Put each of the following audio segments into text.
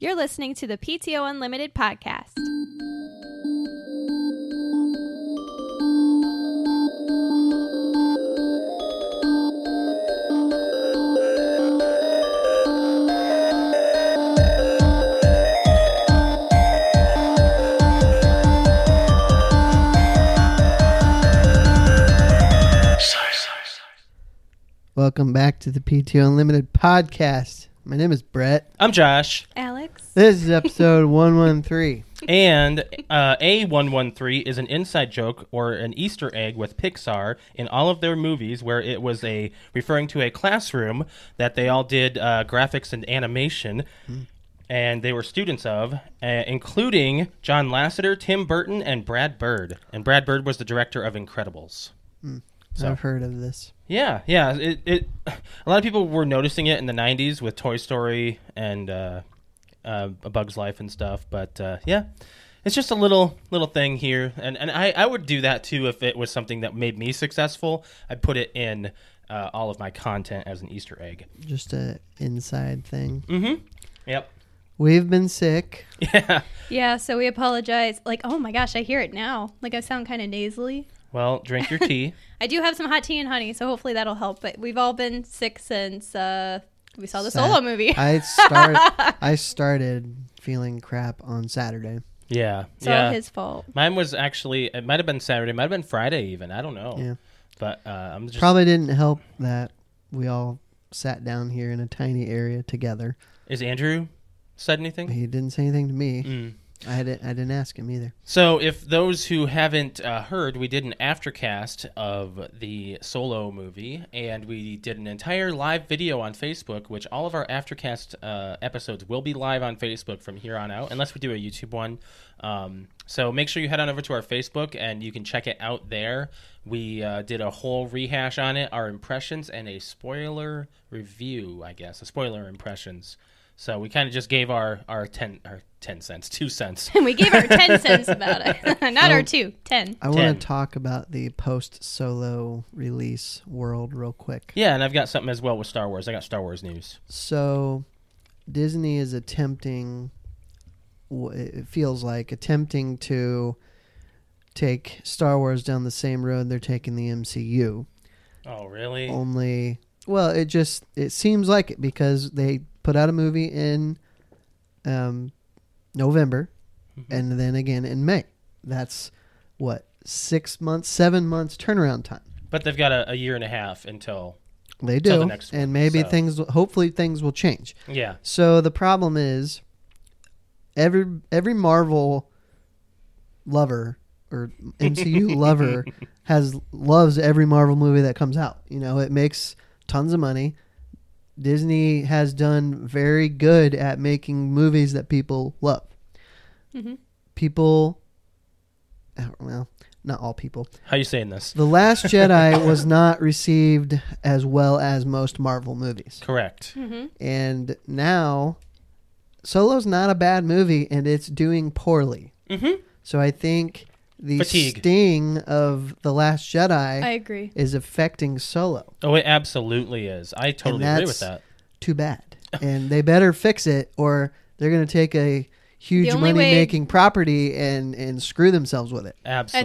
You're listening to the PTO Unlimited podcast. Welcome back to the PTO Unlimited podcast. My name is Brett. I'm Josh, Alex? This is episode 113. and uh, A113 is an inside joke or an Easter egg with Pixar in all of their movies, where it was a referring to a classroom that they all did uh, graphics and animation, and they were students of, uh, including John Lasseter, Tim Burton, and Brad Bird. And Brad Bird was the director of Incredibles. So- I've heard of this. Yeah, yeah. It, it a lot of people were noticing it in the '90s with Toy Story and uh, uh, A Bug's Life and stuff, but uh, yeah, it's just a little little thing here, and and I I would do that too if it was something that made me successful. I'd put it in uh, all of my content as an Easter egg. Just a inside thing. Mm-hmm. Yep. We've been sick. Yeah. Yeah, so we apologize. Like, oh my gosh, I hear it now. Like, I sound kind of nasally. Well, drink your tea. I do have some hot tea and honey, so hopefully that'll help. But we've all been sick since uh, we saw the Sa- solo movie. I start. I started feeling crap on Saturday. yeah. it's all yeah. his fault. Mine was actually it might have been Saturday, might have been Friday even. I don't know. Yeah. But uh, I'm just Probably didn't help that we all sat down here in a tiny area together. is Andrew said anything? He didn't say anything to me. Mm. I didn't. I didn't ask him either. So, if those who haven't uh, heard, we did an aftercast of the solo movie, and we did an entire live video on Facebook, which all of our aftercast uh, episodes will be live on Facebook from here on out, unless we do a YouTube one. Um, so, make sure you head on over to our Facebook and you can check it out there. We uh, did a whole rehash on it, our impressions, and a spoiler review, I guess, a spoiler impressions. So, we kind of just gave our, our, ten, our 10 cents, 2 cents. And we gave our 10 cents about it. Not our two, 10. I want Ten. to talk about the post solo release world real quick. Yeah, and I've got something as well with Star Wars. I got Star Wars news. So Disney is attempting w- it feels like attempting to take Star Wars down the same road they're taking the MCU. Oh, really? Only well, it just it seems like it because they put out a movie in um November Mm-hmm. and then again in May. That's what 6 months, 7 months turnaround time. But they've got a, a year and a half until. They Till do. the next one, and maybe so. things will- hopefully things will change. Yeah. So the problem is every every Marvel lover or MCU lover has loves every Marvel movie that comes out. You know, it makes tons of money. Disney has done very good at making movies that people love. People, uh, well, not all people. How you saying this? The Last Jedi was not received as well as most Marvel Hmm. movies Correct. and now Solo's not a bad movie, and it's doing poorly. Mhm. So I think the Fatigue. sting of the Last Jedi I agree. is affecting Solo. Oh, it absolutely is. I totally agree with that. that's- Too bad, and they better fix it, or they're going to take a huge The only money way- making property and and screw themselves with it. Absolutely.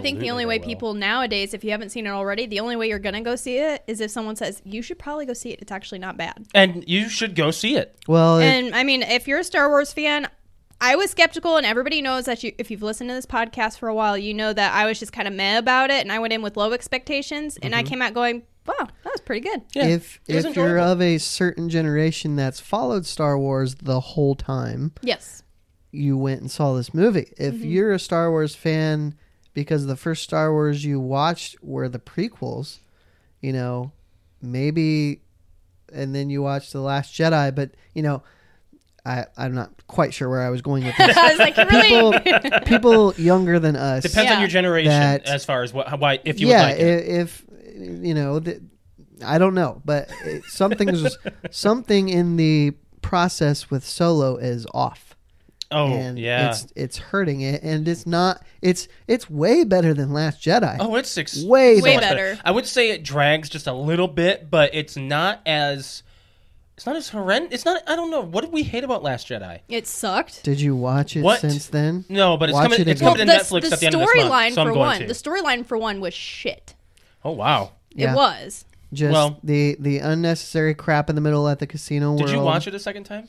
I think the only they way will. people nowadays, if you haven't seen it already, the only way you're going to go see it is if someone says, you should probably go see it. It's actually not bad. And you should go see it. Well, it- And I mean, if you're a Star Wars fan, I was skeptical, and everybody knows that you, if you've listened to this podcast for a while, you know that I was just kind of meh about it, and I went in with low expectations, and I Mm-hmm. came out going, wow, that was pretty good. Yeah. if it was if you're enjoyable. of a certain generation that's followed Star Wars the whole time, Yes. you went and saw this movie. If you're a Star Wars fan because the first Star Wars you watched were the prequels, you know, maybe and then you watched The Last Jedi, but you know, I I'm not quite sure where I was going with this. I was like, really? people people younger than us. Depends Yeah. on your generation That- as far as what, how, why, if you yeah, would like it. i- if you know, th I don't know, but it, something's something in the process with Solo is off Oh, and yeah. it's it's hurting it and it's not it's it's way better than last jedi oh, it's six. way so Way much better better. I would say it drags just a little bit, but it's not as It's not as horrendous. It's not. I don't know. What did we hate about Last Jedi? It sucked. Did you watch it What? since then? No, but it's Watch coming. it it's again. coming to s- Netflix at the end of this month. storyline so I'm for going one, to. the storyline for one was shit. oh wow! Yeah. It was. Just Well- the the unnecessary crap in the middle at the casino Did world. you watch it a second time?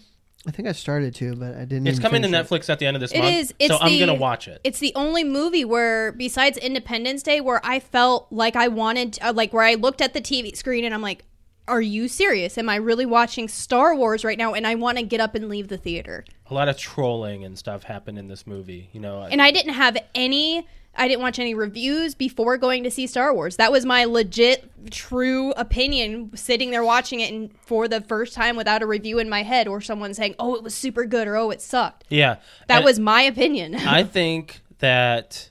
I think I started to, but I didn't. It's even coming to finish Netflix at the end of this It month. is. so It's I'm the- gonna watch it. It's the only movie where, besides Independence Day, where I felt like I wanted, uh, like where I looked at the TV screen and I'm like, "Are you serious? Am I really watching Star Wars right now?" And I want to get up and leave the theater. A lot of trolling and stuff happened in this movie. You know, And I didn't have any. I didn't watch any reviews before going to see Star Wars. That was my legit, true opinion. Sitting there watching it and for the first time without a review in my head or someone saying, "Oh, it was super good" or "Oh, it sucked." yeah, That And- was my opinion. I think that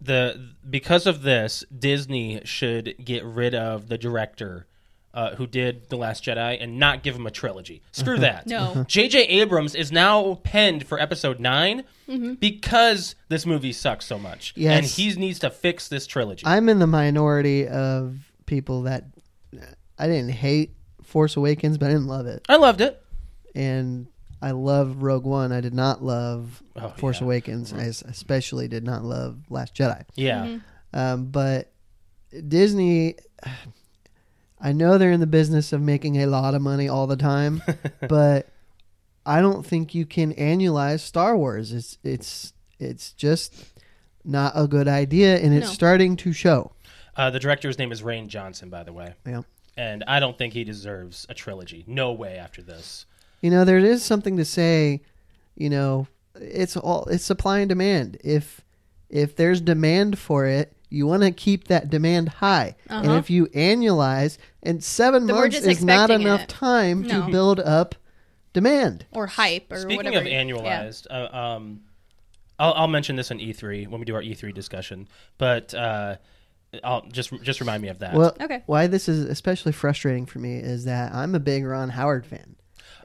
the because of this, Disney should get rid of the director uh, who did The Last Jedi and not give him a trilogy. Screw that. No. J.J. Abrams is now penned for Episode 9 Mm-hmm. because this movie sucks so much, and Yes. he needs to fix this trilogy. it. I'm in the minority of people that I didn't hate Force Awakens, but I didn't love it, I loved it. and I love Rogue One. I did not love Oh, Force yeah. Awakens. I s- especially did not love Last Jedi. Yeah, Mm-hmm. Um, but Disney, I know they're in the business of making a lot of money all the time, but I don't think you can annualize Star Wars. It's it's it's just not a good idea, and it's No. starting to show. uh, the director's name is Rain Johnson, by the way, Yeah. and I don't think he deserves a trilogy. No way after this. You know, there is something to say. You know, it's all it's supply and demand. If if there's demand for it, you want to keep that demand high. And Uh-huh. if you annualize, and seven Then we're months just is not expecting enough it. time to No. build up demand. or hype or Speaking whatever. of annualized, uh, um, I'll, I'll mention this in E3 when we do our E3 discussion, but uh, I'll just just remind me of that. Well, Okay. why this is especially frustrating for me is that I'm a big Ron Howard fan,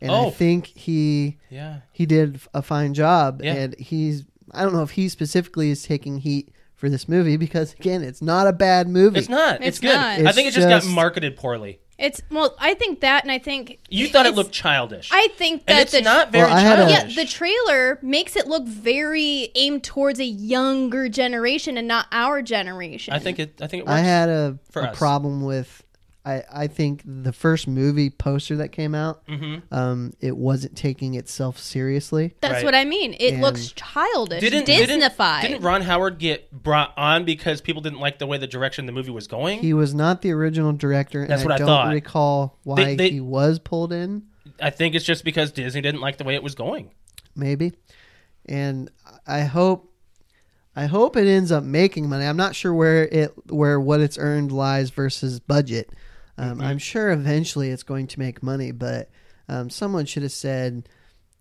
and I Oh. think he yeah, he did a fine job, Yeah. and he's I don't know if he specifically is taking heat for this movie because again, it's not a bad movie. it's not. It's, It's good. not. I It's think it just, just- got marketed poorly. It's well, I think that, and I think You thought it it's- looked childish, I think that and it's the Oh, not very Well, I had a- yeah, childish. the trailer makes it look very aimed towards a younger generation and not our generation. I think it. I think it works. I had a, for a us. problem with I, I think the first movie poster that came out, Mm-hmm. um, it wasn't taking itself seriously. that's Right. what I mean. It And- looks childish, didn't, didn't Disneyfied. didn't Ron Howard get brought on because people didn't like the way the direction the movie was going? He was not the original director, and That's I what I don't thought. recall why They- they- he was pulled in. I think it's just because Disney didn't like the way it was going. maybe. And I hope I hope it ends up making money. I'm not sure where it where what it's earned lies versus budget. Mm-hmm. Um, I'm sure eventually it's going to make money, but um, someone should have said,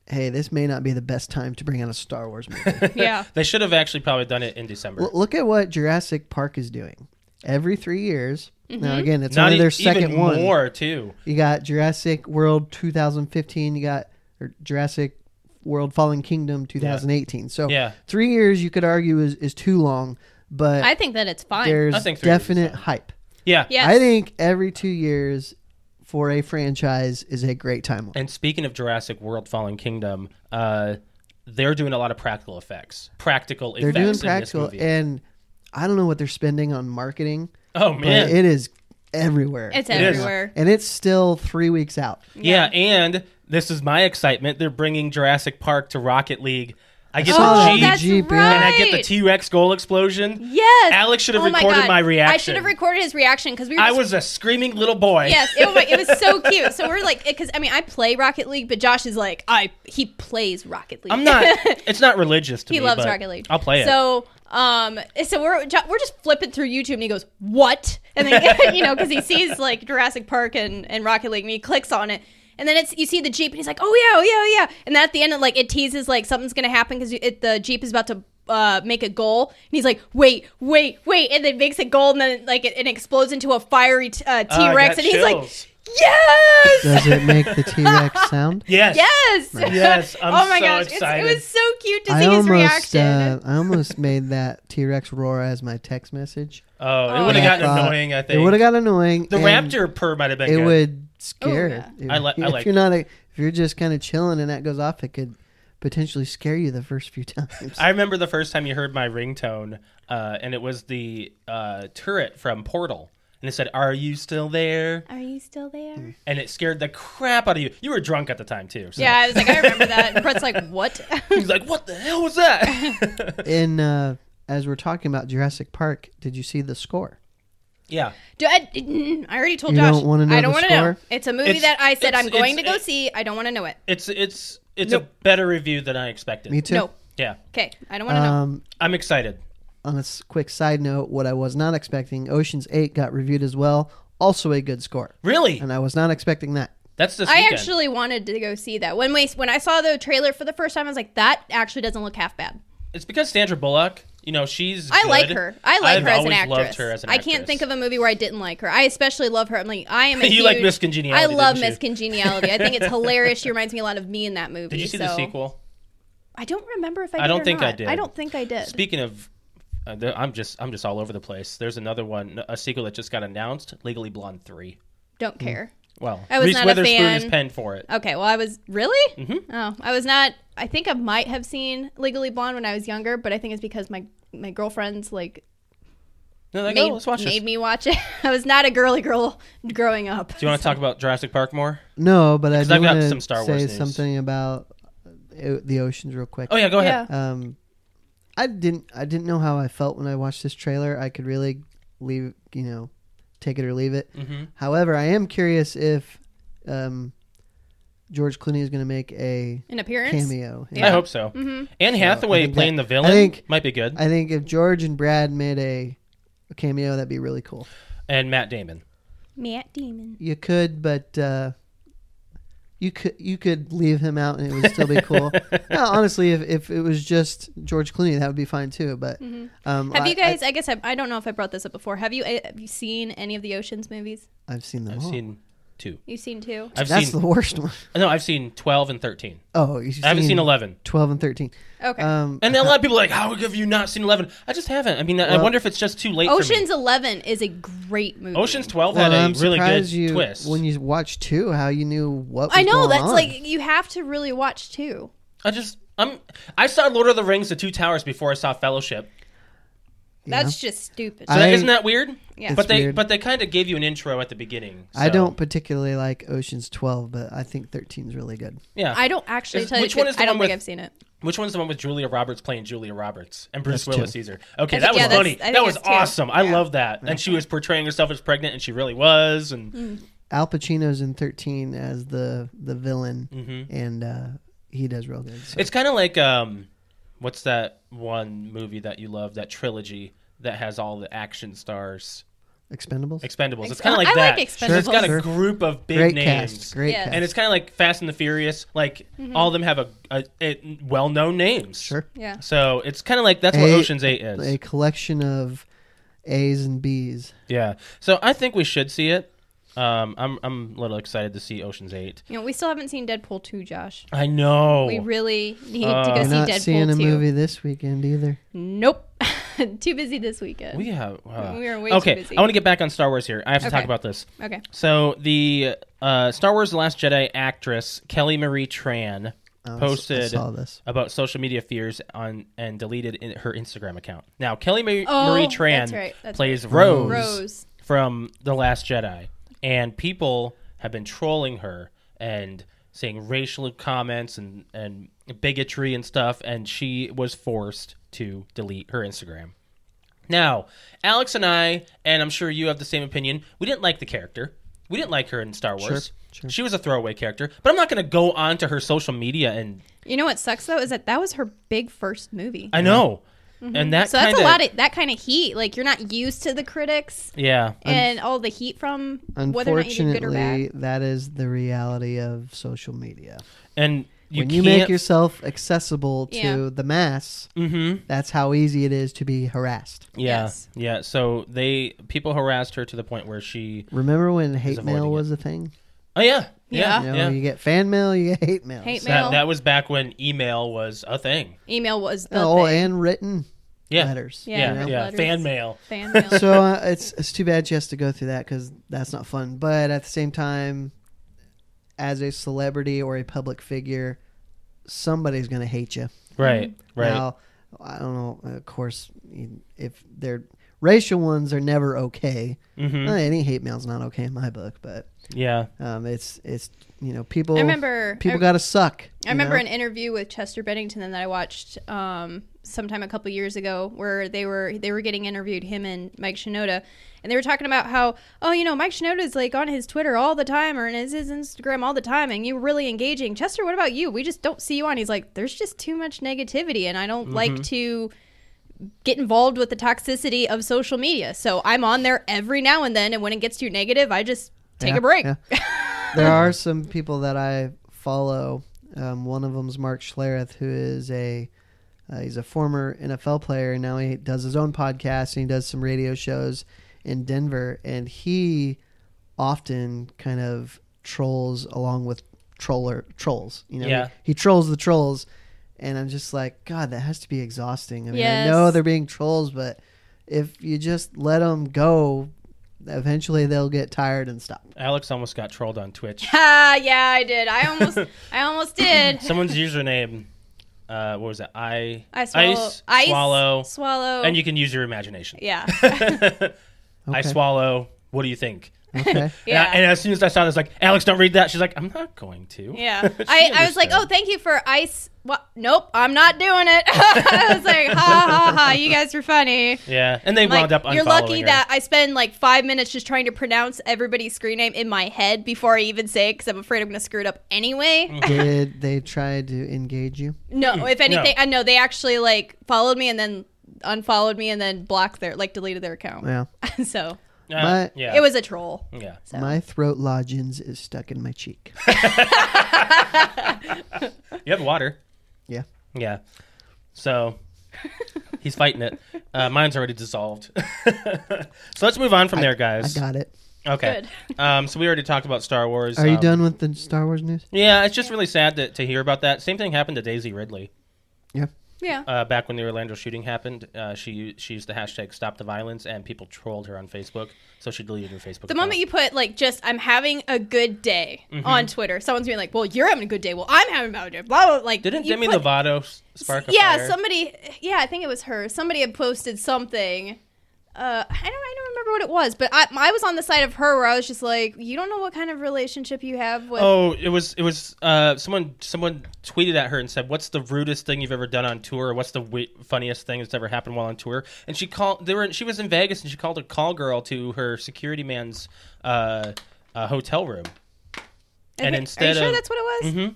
"Hey, this may not be the best time to bring out a Star Wars movie." yeah, They should have actually probably done it in December. L- look at what Jurassic Park is doing every three years. Now again, it's not only e- their second even one. more too. You got Jurassic World 2015. You got or Jurassic World Fallen Kingdom 2018. So Yeah. three years you could argue is, is too long, but I think that it's fine. there's I think three years is definite hype. Yeah. Yes. I think every two years for a franchise is a great time. off. And speaking of Jurassic World Fallen Kingdom, uh, they're doing a lot of practical effects. Practical They're doing effects in practical, this movie. and I don't know what they're spending on marketing, oh but man. it is everywhere. it's It is. everywhere. and it's still three weeks out. yeah. and this is my excitement. They're bringing Jurassic Park to Rocket League. I get Oh, saw the that. Jeep that's Jeep, right. yeah. and I get the T-Rex goal explosion. Yes, Alex should have Oh my recorded God. my I reaction. should have recorded his reaction because we were I just was a screaming little boy. Yes, it, wa- it was so cute. So we're like, because I mean, I play Rocket League, but Josh is like, I he plays Rocket League. I'm not. It's not religious to he me. loves but Rocket League. I'll play it. Uh, So, um, so we're Jo- we're just flipping through YouTube, and he goes, "What?" And then you know, because he sees like Jurassic Park and and Rocket League, and he clicks on it. And then it's you see the jeep, and he's like, "Oh yeah, oh yeah, oh yeah!" And then at the end, it, like it teases like something's gonna happen because the jeep is about to uh, make a goal, and he's like, "Wait, wait, wait!" And then makes a goal, and then like it, it explodes into a fiery t- uh, Uh, I T Rex, got and he's like, chills. Yes! Does it make the T Rex sound? yes, yes! Yes, I'm oh my so gosh, excited. It's, it was so cute to see his reaction. uh, I almost made that T Rex roar as my text message. Oh, it Oh, would have yeah. gotten I thought- annoying. I think It would have got annoying. the and raptor purr might have been. It good. would scared. Oh, yeah. If- I li- I if like- you're not, a, if you're just kind of chilling and that goes off, it could potentially scare you the first few times. I remember the first time you heard my ringtone, uh, and it was the uh, turret from Portal, and it said, "Are you still there?" Are you still Mm. there? And it scared the crap out of you. You were drunk at the time too. So. Yeah, I was like, I remember that. And Brett's like, what? He's like, "What the hell was that?" and uh, as we're talking about Jurassic Park, did you see the score? yeah, Do I, mm, I already told You Josh. don't wanna know I don't the wanna know. score? It's a movie It's- that I said it's- I'm going to it's- go it- see. I don't want to know it. it's it's it's Nope. a better review than I expected. Me too. No. Yeah, Okay. I don't want to know. Um, I'm excited. on a s- quick side note, what I was not expecting, Ocean's Eight got reviewed as well, also a good score, Really, and I was not expecting that. that's this. I weekend. actually wanted to go see that. When we when I saw the trailer for the first time, I was like, that actually doesn't look half bad. It's because Sandra Bullock. You know, she's. I like good. her. I like I've her, as an always actress. Loved her as an actress. I can't think of a movie where I didn't like her. I especially love her. I'm like, I am. A You like huge- Miss Congeniality, I love didn't you? Miss Congeniality. I think it's hilarious. She reminds me a lot of me in that movie. Did you see so. the sequel? I don't remember if I. I Did don't or think I not. did. I don't think I did. Speaking of, uh, there- I'm just I'm just all over the place. There's another one, a sequel that just got announced, Legally Blonde three. don't Mm. care. Well, I was Reese not a Witherspoon fan. is Uh, penned for it. Okay, well, I was really. Mm-hmm. Oh, I was not. I think I might have seen Legally Blonde when I was younger, but I think it's because my my girlfriends like No, like, made, oh, let's watch this. made me watch it. I was not a girly girl growing up. Do you want to talk about Jurassic Park more? No, but I I've do got want to some Star Wars say news. something about uh, the oceans real quick. Oh yeah, go ahead. Yeah. Um, I didn't. I didn't know how I felt when I watched this trailer. I could really leave. You know, take it or leave it. Mhm. However, I am curious if um, George Clooney is going to make a An appearance. cameo. I hope so. Mm-hmm. Anne Hathaway think playing that- the villain I think- might be good, I think if George and Brad made a, a cameo, that'd be really cool. and Matt Damon. Matt Damon. You could, but uh, you could you could leave him out, and it would still be cool. no, honestly, if, if it was just George Clooney, that would be fine too. But um, Mm-hmm. Have I- you guys? I, guess I, I don't know if I brought this up before. Have you eh, have you seen any of the Ocean's movies? I, have seen them. I've all. seen two. You've seen two. I've Oh. That's seen the worst one. no, I've seen twelve and thirteen. Oh, you've I haven't seen eleven. twelve and thirteen. Okay. Um, And a lot of people are like, how have you not seen eleven? I just haven't. I mean, I- I Well- wonder if it's just too late. Ocean's Eleven is a great movie. for me. Ocean's twelve well, had a I'm really good surprised you twist. when you watched two. How you knew what? Was I know going that's on. like you have to really watch two. I just I'm I saw Lord of the Rings: The Two Towers before I saw Fellowship. That's just stupid. So I- isn't that weird? Yeah. But It's they weird. but they kind of gave you an intro at the beginning. I so- don't particularly like Ocean's Twelve, but I think 13 is really good. Yeah. I don't actually Is- tell you. which the one truth, is the I don't one think with- I've seen it. Which one's the one with Julia Roberts playing Julia Roberts and Bruce That's Willis two. Caesar? Okay, That's- that was yeah, that's- funny. I think That was that's two. awesome. I Yeah. love that. And she was portraying herself as pregnant, and she really was. And Mm. Al Pacino's in 13 as the the villain, Mm-hmm. and uh, he does real good. So. it's kind of like um, what's that one movie that you love? That trilogy that has all the action stars. Expendables, Expendables. It's Ex- kind of like I that. like So it's got a Sure. group of big great names. cast, great Yeah. cast. And it's kind of like Fast and the Furious. Like Mm-hmm. all of them have a, a, a well-known names. Sure. Yeah. So it's kind of like that's what A- Ocean's Eight is. a collection of A's and B's. Yeah. So I think we should see it. Um, I'm I'm a little excited to see Ocean's Eight. You know, we still haven't seen Deadpool 2, Josh. I know. We really need to go Oh. You're see not Deadpool seeing 2. a movie this weekend either. Nope. too busy this weekend. we have. wow. We are way too okay. busy. I want to get back on Star Wars here. I have to talk Okay. about this. okay. So the uh, Star Wars: The Last Jedi actress Kelly Marie Tran Oh, I s- I posted saw this. about social media fears on and deleted in her Instagram account. Now Kelly Marie, Oh, Marie Tran that's right, that's plays Rose, Rose. from The Last Jedi, and people have been trolling her and saying racial comments and and bigotry and stuff, and she was forced to delete her Instagram. Now, Alex and I, and I'm sure you have the same opinion, we didn't like the character. We didn't like her in Star Wars. sure. She was a throwaway character, but I'm not going to go onto her social media and You know what sucks though is that that was her big first movie. I know. And that Mm-hmm. so that's kinda, a lot of that kind of heat. Like you're not used to the critics yeah. and all the heat from whether or not you did good or Unfortunately, bad. that is the reality of social media. And you when can't you make yourself accessible to Yeah. the mass, Mhm. that's how easy it is to be harassed. Yeah, Yes. yeah. So they people harassed her to the point where she. Remember when hate avoiding mail it. was a thing? Oh yeah, yeah, Yeah. You yeah. know, you get fan mail, you get hate mail. Ah. Hate mail. That, that was back when email was a thing. Email was the Oh, thing. and written Yeah, letters. Yeah. yeah, you yeah. know? Letters. Fan mail. Fan mail. so uh, it's it's too bad she has to go through that because that's not fun. But at the same time, as a celebrity or a public figure, somebody's going to hate you. Mm-hmm. Right. Right. Now, I don't know. Of course, you- if they're racial ones, are never okay. Mhm. Uh, Any hate mail's not okay in my book, but Yeah. um, it's it's you know people. I remember. people I, got to suck. I you remember know? an interview with Chester Bennington that I watched um, sometime a couple years ago, where they were they were getting interviewed, him and Mike Shinoda, and they were talking about how oh you know Mike Shinoda is like on his Twitter all the time or in his, his Instagram all the time, and you're really engaging. Chester, what about you? We just don't see you on. He's like, there's just too much negativity, and I don't like Mm-hmm. to get involved with the toxicity of social media. So I'm on there every now and then, and when it gets too negative, I just take Yeah, a break. yeah. there are some people that I follow. Um, one of them's Mark Schlereth, who is a uh, he's a former NFL player, and now he does his own podcast and he does some radio shows in Denver. And he often kind of trolls along with troller trolls. You know, Yeah. he, he trolls the trolls, and I'm just like, God, that has to be exhausting. I mean, Yes. I know they're being trolls, but if you just let them go, eventually they'll get tired and stop. Alex almost got trolled on Twitch. Ah, yeah, I did. I almost, I almost did. Someone's username. Uh, what was it? I I swallow, ice, ice, swallow, swallow, and you can use your imagination. yeah, I Okay. swallow. What do you think? Okay. yeah. And, I- and as soon as I saw this, like Alex, don't read that. She's like, I'm not going to. yeah, She I, I was like, oh, understood. thank you for ice. What? Nope, I'm not doing it. I was like, ha ha ha, you guys are funny. Yeah, and they Like, wound up. you're lucky unfollowing her. that I spend like five minutes just trying to pronounce everybody's screen name in my head before I even say it because I'm afraid I'm going to screw it up anyway. Mm. Did they try to engage you? No, if anything, I know they actually like followed me and then unfollowed me and then blocked their, like deleted their account. Yeah. so Uh, my- yeah, it was a troll. Yeah, So. My throat lodgings is stuck in my cheek. you have water. Yeah. Yeah, so he's fighting it. Uh, mine's already dissolved. so let's move on from there, I guys. got it. okay. Um, so we already talked about Star Wars. Are you um, done with the Star Wars news? Yeah, it's just really sad to, to hear about that. Same thing happened to Daisy Ridley. Yeah. Yeah. uh, back when the Orlando shooting happened, uh, she she used the hashtag Stop the Violence, and people trolled her on Facebook, so she deleted her Facebook. The moment you put like just I'm having a good day Mm-hmm. on Twitter, someone's being like, "Well, you're having a good day. Well, I'm having a bad day." Blah blah. blah. Like didn't you Demi put- Lovato s- spark a Yeah, fire? somebody. Yeah, I think it was her. Somebody had posted something. Uh, I don't. I don't remember what it was, but I, I was on the side of her where I was just like, "You don't know what kind of relationship you have with." Oh, it was it was uh, someone someone tweeted at her and said, "What's the rudest thing you've ever done on tour? Or what's the w- funniest thing that's ever happened while on tour?" And she called. They were in- she was in Vegas and she called a call girl to her security man's uh, uh, hotel room. I and think- are you instead sure of- Mm-hmm. that's what it was?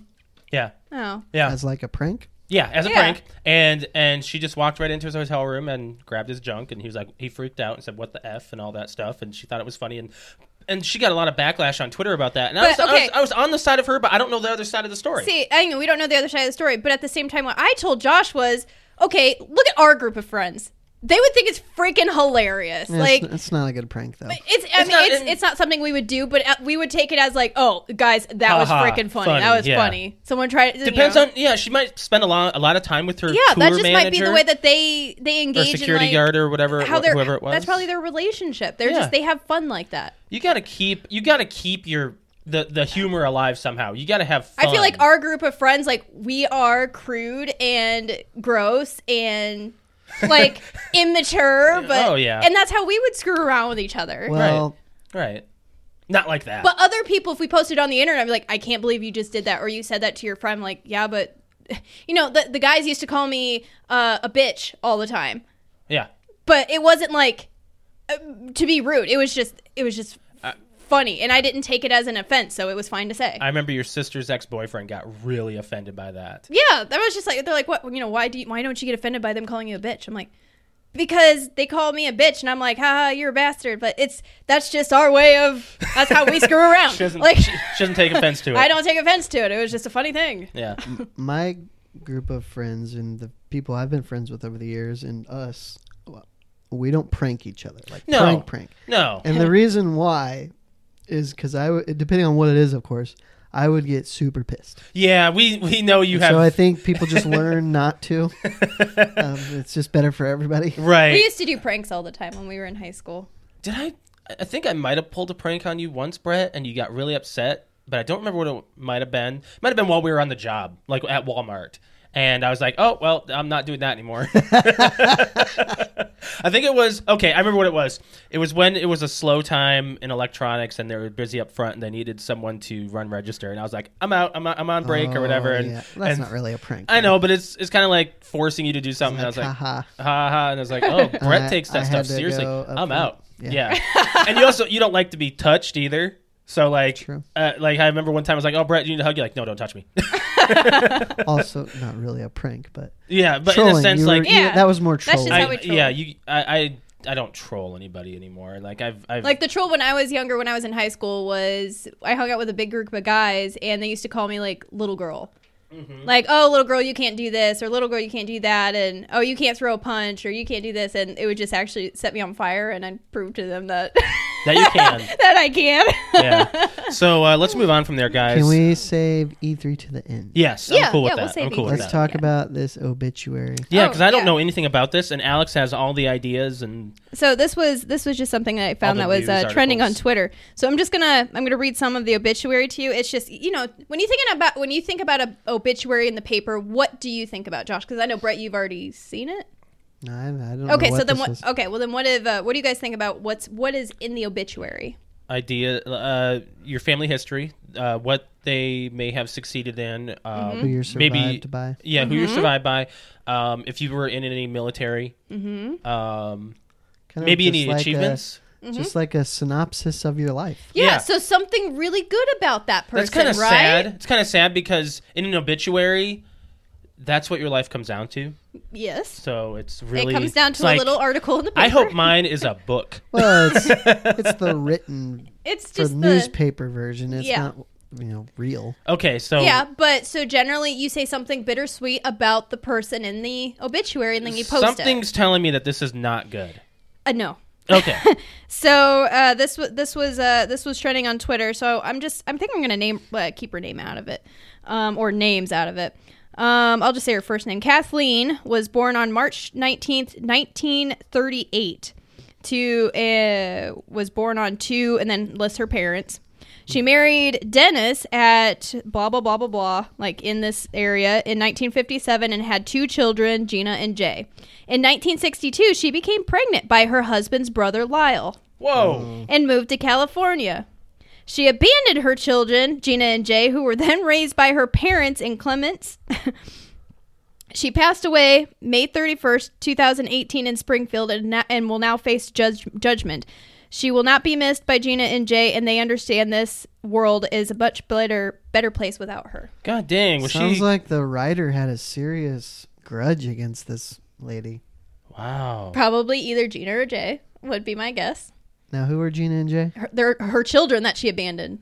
Yeah, Oh, yeah. As like a prank? Yeah, as a Yeah. prank, and and she just walked right into his hotel room and grabbed his junk, and he was like, he freaked out and said, "What the f" and all that stuff, and she thought it was funny, and and she got a lot of backlash on Twitter about that, and I, was, But, I was okay. I was on the side of her, but I don't know the other side of the story. See, I know we don't know the other side of the story, but at the same time, what I told Josh was, okay, look at our group of friends. They would think it's freaking hilarious. Yeah, like, it's, it's not a good prank though. It's, I mean, not it's, in- it's not something we would do, but uh, we would take it as like, oh, guys, that was Ha ha, freaking funny. funny, That was yeah. funny. Someone tried. you Depends know. on yeah, she might spend a lot a lot of time with her Yeah, tour that just might be manager the way that they they or engage security in like, guard or whatever how wh- they're whoever it was. That's probably their relationship. They're Yeah. just they have fun like that. you gotta keep you gotta keep your the the humor alive somehow. You gotta have. Fun. I feel like our group of friends, like we are crude and gross and like immature, but Oh, yeah. and that's how we would screw around with each other. well, right, not like that. But other people, if we posted on the internet, I'd be like, I can't believe you just did that, or you said that to your friend. I'm like, yeah, but you know, the the guys used to call me uh, a bitch all the time, yeah, but it wasn't like uh, to be rude. It was just, it was just funny, and I didn't take it as an offense, so it was fine to say. I remember your sister's ex boyfriend got really offended by that. yeah, that was just like they're like, what you know, why do you, why don't you get offended by them calling you a bitch? I'm like. Because they call me a bitch, and I'm like, "Ha, you're a bastard." But it's that's just our way of that's how we screw around. She doesn't like, she, she doesn't take offense to it. I don't take offense to it. It was just a funny thing. Yeah. my group of friends and the people I've been friends with over the years and us, well, we don't prank each other like No. prank prank. No. And the reason why is because I would, depending on what it is, of course, I would get super pissed. Yeah, we we know you have So I think people just learn not to. Um, it's just better for everybody. right. We used to do pranks all the time when we were in high school. Did I I think I might have pulled a prank on you once, Brett, and you got really upset but I don't remember what it might have been. Might have been while we were on the job, like at Walmart. And I was like, oh, well, I'm not doing that anymore. I think it was, okay, I remember what it was. It was when it was a slow time in electronics and they were busy up front and they needed someone to run register. And I was like, I'm out, I'm, out, I'm on break or whatever. Oh, And, yeah. Well, that's and not really a prank. I know, but it's it's kind of like forcing you to do something. Like, and I was like, haha. ha ha, and I was like, oh, Brett I- takes I that had stuff to seriously. go up I'm front. out. Yeah. Yeah, and you also you don't like to be touched either. So like, True. uh, like I remember one time I was like, oh, Brett, you need a hug. You're like, no, don't touch me. also, not really a prank, but yeah, but trolling. in a sense, you were- like, you- Yeah. that was more just trolling. how I, we troll. yeah, you, I, I, I don't troll anybody anymore. Like I've, I've Like the troll when I was younger, when I was in high school, was I hung out with a big group of guys, and they used to call me like little girl. Mm-hmm. Like, oh, little girl, you can't do this, or little girl, you can't do that, and oh, you can't throw a punch, or you can't do this, and it would just actually set me on fire, and I'd prove to them that that you can. that I can. yeah. So uh, let's move on from there, guys. Can we save E3 to the end? Yes, I'm Yeah, cool with yeah, that. we'll save I'm cool with Let's that. talk Yeah. about this obituary. yeah, because Oh, I don't yeah. know anything about this, and Alex has all the ideas and so this was this was just something that I found the that was news uh, trending on articles. Twitter. So I'm just gonna I'm gonna read some of the obituary to you. It's just you know when you thinking about when you think about a obituary in the paper, what do you think about, Josh? Because I know Brett, you've already seen it. No, I, I don't Okay, know what so then this what? oh. is. Okay, well then what if uh, what do you guys think about what's what is in the obituary? idea, uh, your family history, uh, what they may have succeeded in, um, Mm-hmm. Who you're survived maybe, by. yeah, who Mm-hmm. you're survived by, um, if you were in any military, mm-hmm. um, Kind of maybe just any like a- achievements. Just like a synopsis of your life. Mm-hmm. Yeah, Yeah. so something really good about that person, That's kind of right? sad. It's kind of sad because in an obituary, that's what your life comes down to. Yes, So it's really it comes down it's to like- a little article in the paper. I hope mine is a book. Well, it's, it's the written it's for just the the newspaper version. It's Yeah. not you know real. Okay, so Yeah, but so generally you say something bittersweet about the person in the obituary and then you post it. something's telling me that this is not good. Uh, no. Okay, So uh, this was this was uh, this was trending on Twitter. So I'm just I'm thinking I'm gonna name uh, keep her name out of it, um, or names out of it. Um, I'll just say her first name. Kathleen was born on March 19th, 1938. To uh, was born on two, and then lists her parents. She married Dennis at blah blah blah blah blah, like in this area in 1957, and had two children, Gina and Jay. In 1962, she became pregnant by her husband's brother Lyle whoa, Oh. and moved to California. She abandoned her children, Gina and Jay, who were then raised by her parents in Clements. she passed away May 31st, 2018, in Springfield and, na- and will now face judge- judgment. She will not be missed by Gina and Jay, and they understand this world is a much better, better place without her. god dang, was Sounds she? like the writer had a serious grudge against this lady. wow, Probably either Gina or Jay would be my guess. Now, who are Gina and Jay? Her, they're her children that she abandoned.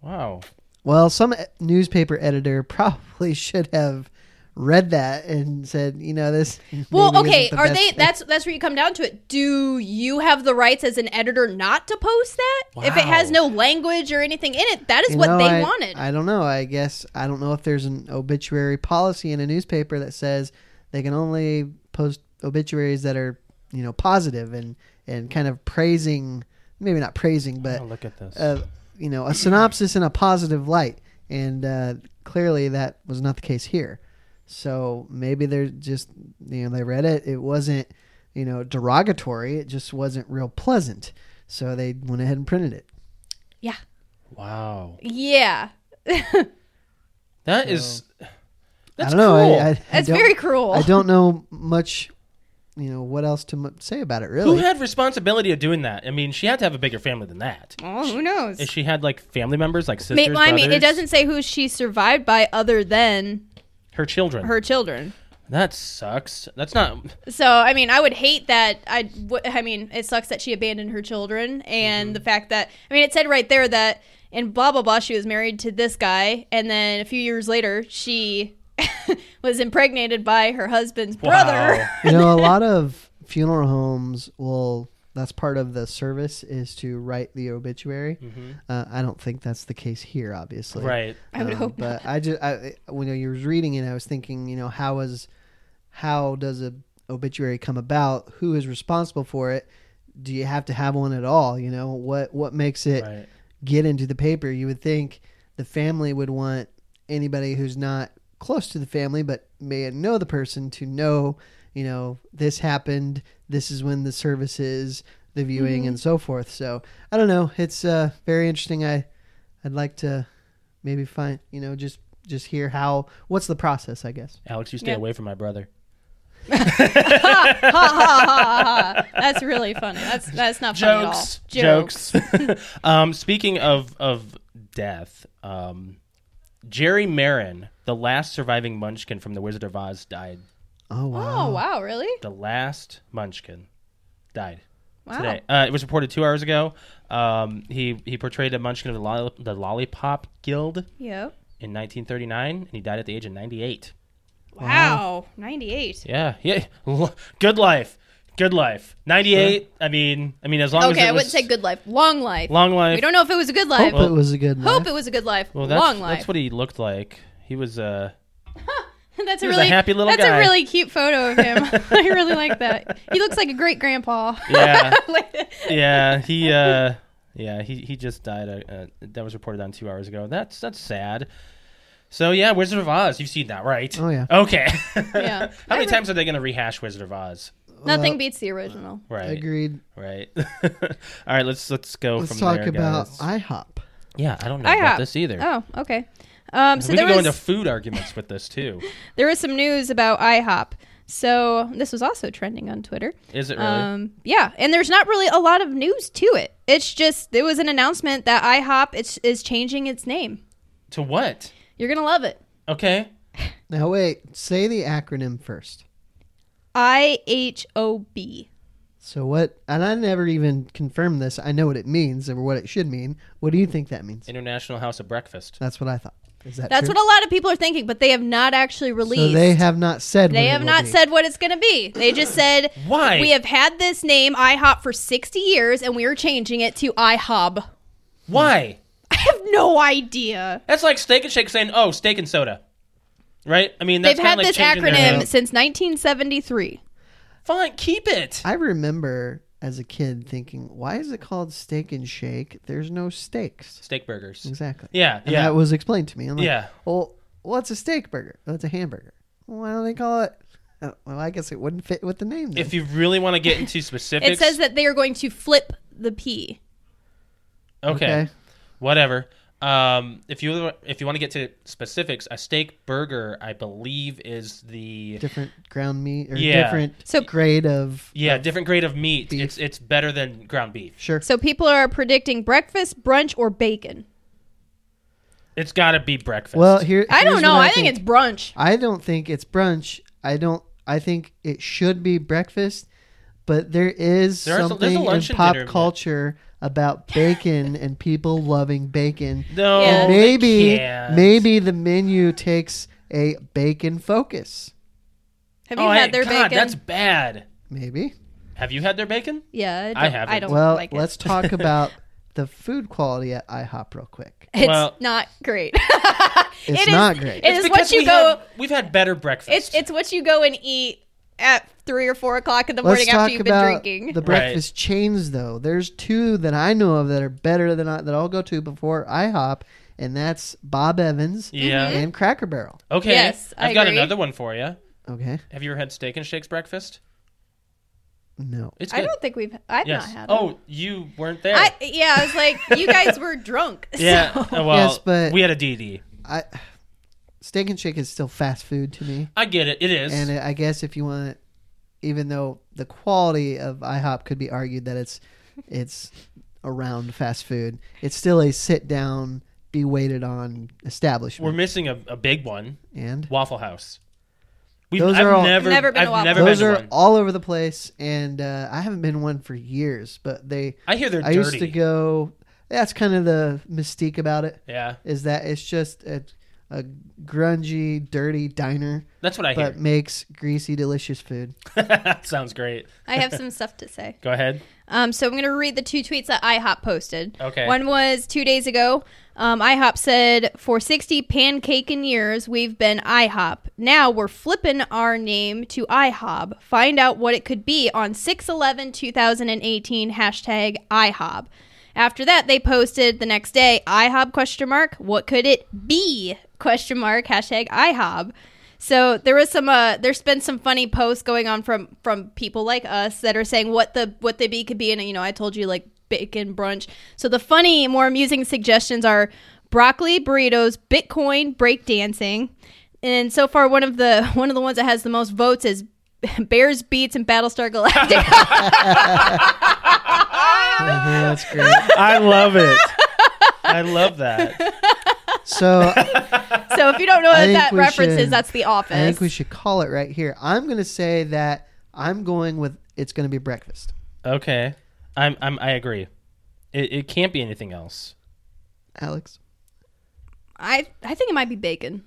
wow. Well, some e- newspaper editor probably should have read that and said, you know, this. Well, maybe okay, isn't the are best they? thing. That's that's where you come down to it. Do you have the rights as an editor not to post that if it Wow. has no language or anything in it? That is You what know, they I, wanted. I don't know. I guess I don't know if there's an obituary policy in a newspaper that says they can only post obituaries that are, you know, positive and and kind of praising, maybe not praising, but Oh, look at this. uh, you know, a synopsis in a positive light. And uh, clearly that was not the case here. So maybe they're just, you know, they read it. It wasn't, you know, derogatory. It just wasn't real pleasant. So they went ahead and printed it. yeah, wow, yeah, that is. That's I don't know. cool. I, I, I that's don't- very cruel. I don't know much, you know, what else to m- say about it, Who really. had responsibility of doing that? I mean, she had to have a bigger family than that. oh, who knows? If she had like family members, like sisters, Ma- well, I mean, it brothers, doesn't say who she survived by other than Her children. her children. That sucks. That's not. So, I mean, I would hate that. I, w- I mean, it sucks that she abandoned her children, Mm-hmm. and the fact that I mean, it said right there that in blah blah blah, she was married to this guy, and then a few years later, she was impregnated by her husband's brother. Wow. you know, a lot of funeral homes will. That's part of the service is to write the obituary. Uh, I don't think that's the case here, obviously. Mm-hmm. Right. I would hope Um, But I just I, when you were reading it, I was thinking, you know, how is how does a obituary come about? Who is responsible for it? Do you have to have one at all? You know, what what makes it Right. get into the paper. You would think the family would want anybody who's not close to the family but may know the person to know, you know, this happened, this is when the service is, the viewing and so forth. So I don't know. It's uh very interesting. I I'd like to maybe find you know, just just hear how what's the process, I guess. Alex, you stay Yeah. away from my brother. ha, ha, ha, ha, ha. That's really funny. That's that's not funny at all. Jokes, jokes. um, speaking of of death, um, Jerry Marin, the last surviving Munchkin from The Wizard of Oz, died. Oh wow. Oh wow, really? The last Munchkin died Wow. today. Uh, it was reported two hours ago. Um, he he portrayed a Munchkin of the, Lolli- the Lollipop Guild Yep. in 1939, and he died at the age of 98. Wow. Ninety-eight. Yeah, yeah. L- Good life, good life. 98. I mean, I mean, as long as Okay, it I wouldn't was say good life. Long life. long life. We don't know if it was a good life. Hope Oh, Hope, it was a good life. it was a good life. Well, that's, Long life. that's what he looked like. He was uh That's He a was a really happy little That's guy. a really cute photo of him. I really like that. He looks like a great grandpa. yeah, Like- yeah, he uh yeah, he he just died uh, uh, that was reported on 2 hours ago. That's that's sad. So yeah, Wizard of Oz, you've seen that, right? Oh, yeah. Okay. Yeah. How many I re- times are they going to rehash Wizard of Oz? Nothing beats the original. Right. Agreed. Right. All right, let's let's go Let's from talk there, about uh, guys. IHOP. yeah, I don't know I about have- this either. Oh, okay. Um, so we there can was go into food arguments with this too. there was some news about IHOP. So this was also trending on Twitter. Is it really? Um, yeah, and there's not really a lot of news to it. It's just it was an announcement that IHOP is, is changing its name. to what? You're gonna love it. Okay. Now wait, say the acronym first. I H O B. So what? And I never even confirmed this. I know what it means or what it should mean. What do you think that means? International House of Breakfast. That's what I thought. Is that That's true? what a lot of people are thinking, but they have not actually released. So they have not said. They what it have will not be. said what it's going to be. They just said Why? we have had this name IHOP for 60 years and we are changing it to IHOB. Why? I have no idea. That's like Steak and Shake saying, "Oh, steak and soda," right? I mean, that's They've had kinda like this changing their acronym name. since 1973. Fine, keep it. I remember as a kid thinking, "Why is it called Steak and Shake? There's no steaks." Steak burgers. Exactly. Yeah, Mm. And yeah. That was explained to me. I'm like, Yeah. Well, what's a steak burger? That's a hamburger. Why don't they call it? uh, Well, I guess it wouldn't fit with the name. Then. if you really want to get into It specifics, says that they are going to flip the P. okay, whatever. Um, if you if you want to get to specifics, a steak burger, I believe, is the different ground meat or Yeah. different So- grade of yeah different grade of meat. Beef. It's it's better than ground beef. sure. So people are predicting breakfast, brunch, or bacon. It's got to be breakfast. Well, here I here's don't know. what I, think, it's brunch. I don't think it's brunch. I don't. I think it should be breakfast, but there is There are some- there's something a in lunch and pop dinner, but- culture about bacon and people loving bacon. no, Yeah. they maybe can't. maybe the menu takes a bacon focus. Have you Oh, I, had their God, bacon? that's bad. Maybe. Have you had their bacon? yeah, I I, don't, haven't. I, don't Well, like it. let's talk about the food quality at IHOP real quick. it's Well- not great. It's It is- not It great. It's is because what you we go. had- we've had better breakfast. It's it's what you go and eat at three or four o'clock in the Let's morning talk after you've been about drinking. the breakfast chains, though. There's two that I know of that are better than I, that I'll go to before IHOP, and that's Bob Evans Yeah. and Cracker Barrel. okay. Yes, I I've got agree. another one for you. Okay, Have you ever had Steak and Shake's breakfast? no, It's I good. don't think we've. I've yes. not had. oh, you weren't there. I, yeah, I was like, you guys were drunk. yeah. so- uh, Well, Yes, but- we had a DD. I Steak and Shake is still fast food to me, I get it. It is. and I guess if you want, even though the quality of IHOP could be argued that it's it's around fast food, it's still a sit down, be waited on We're establishment, missing a, a big one. and Waffle House. We've, Those I've are all- never, Never been to I've Waffle never those been are to one. all over the place. And uh, I haven't been to one for years, but they. I hear they're I dirty. used to go. That's kind of the mystique about it yeah, is that it's just a, a grungy, dirty diner, that's what I but makes greasy, delicious food. hear. Sounds great. I have some stuff to say. Go ahead. Um, so I'm going to read the two tweets that IHOP posted. Okay. One was two days ago. Um, IHOP said, "For 60 pancaking years, we've been IHOP. Now we're flipping our name to IHOB. Find out what it could be on 6/11/2018 hashtag IHOB." After that, they posted the next day IHOB question mark. What could it be? Question mark hashtag IHOB. So there was some uh there's been some funny posts going on from from people like us that are saying what the what the bee could be and you know I told you like bacon brunch. So the funny more amusing suggestions are broccoli burritos, bitcoin, breakdancing. And so far one of the one of the ones that has the most votes is Bears Beats and Battlestar Galactica. Uh-huh, that's great. I love it. I love that. So so if you don't know I what think that we reference should- is, that's The Office. I think we should call it right here. I'm going to say that I'm going with it's going to be breakfast. Okay, I'm. I'm. I agree. It, it can't be anything else. Alex, I I think it might be bacon.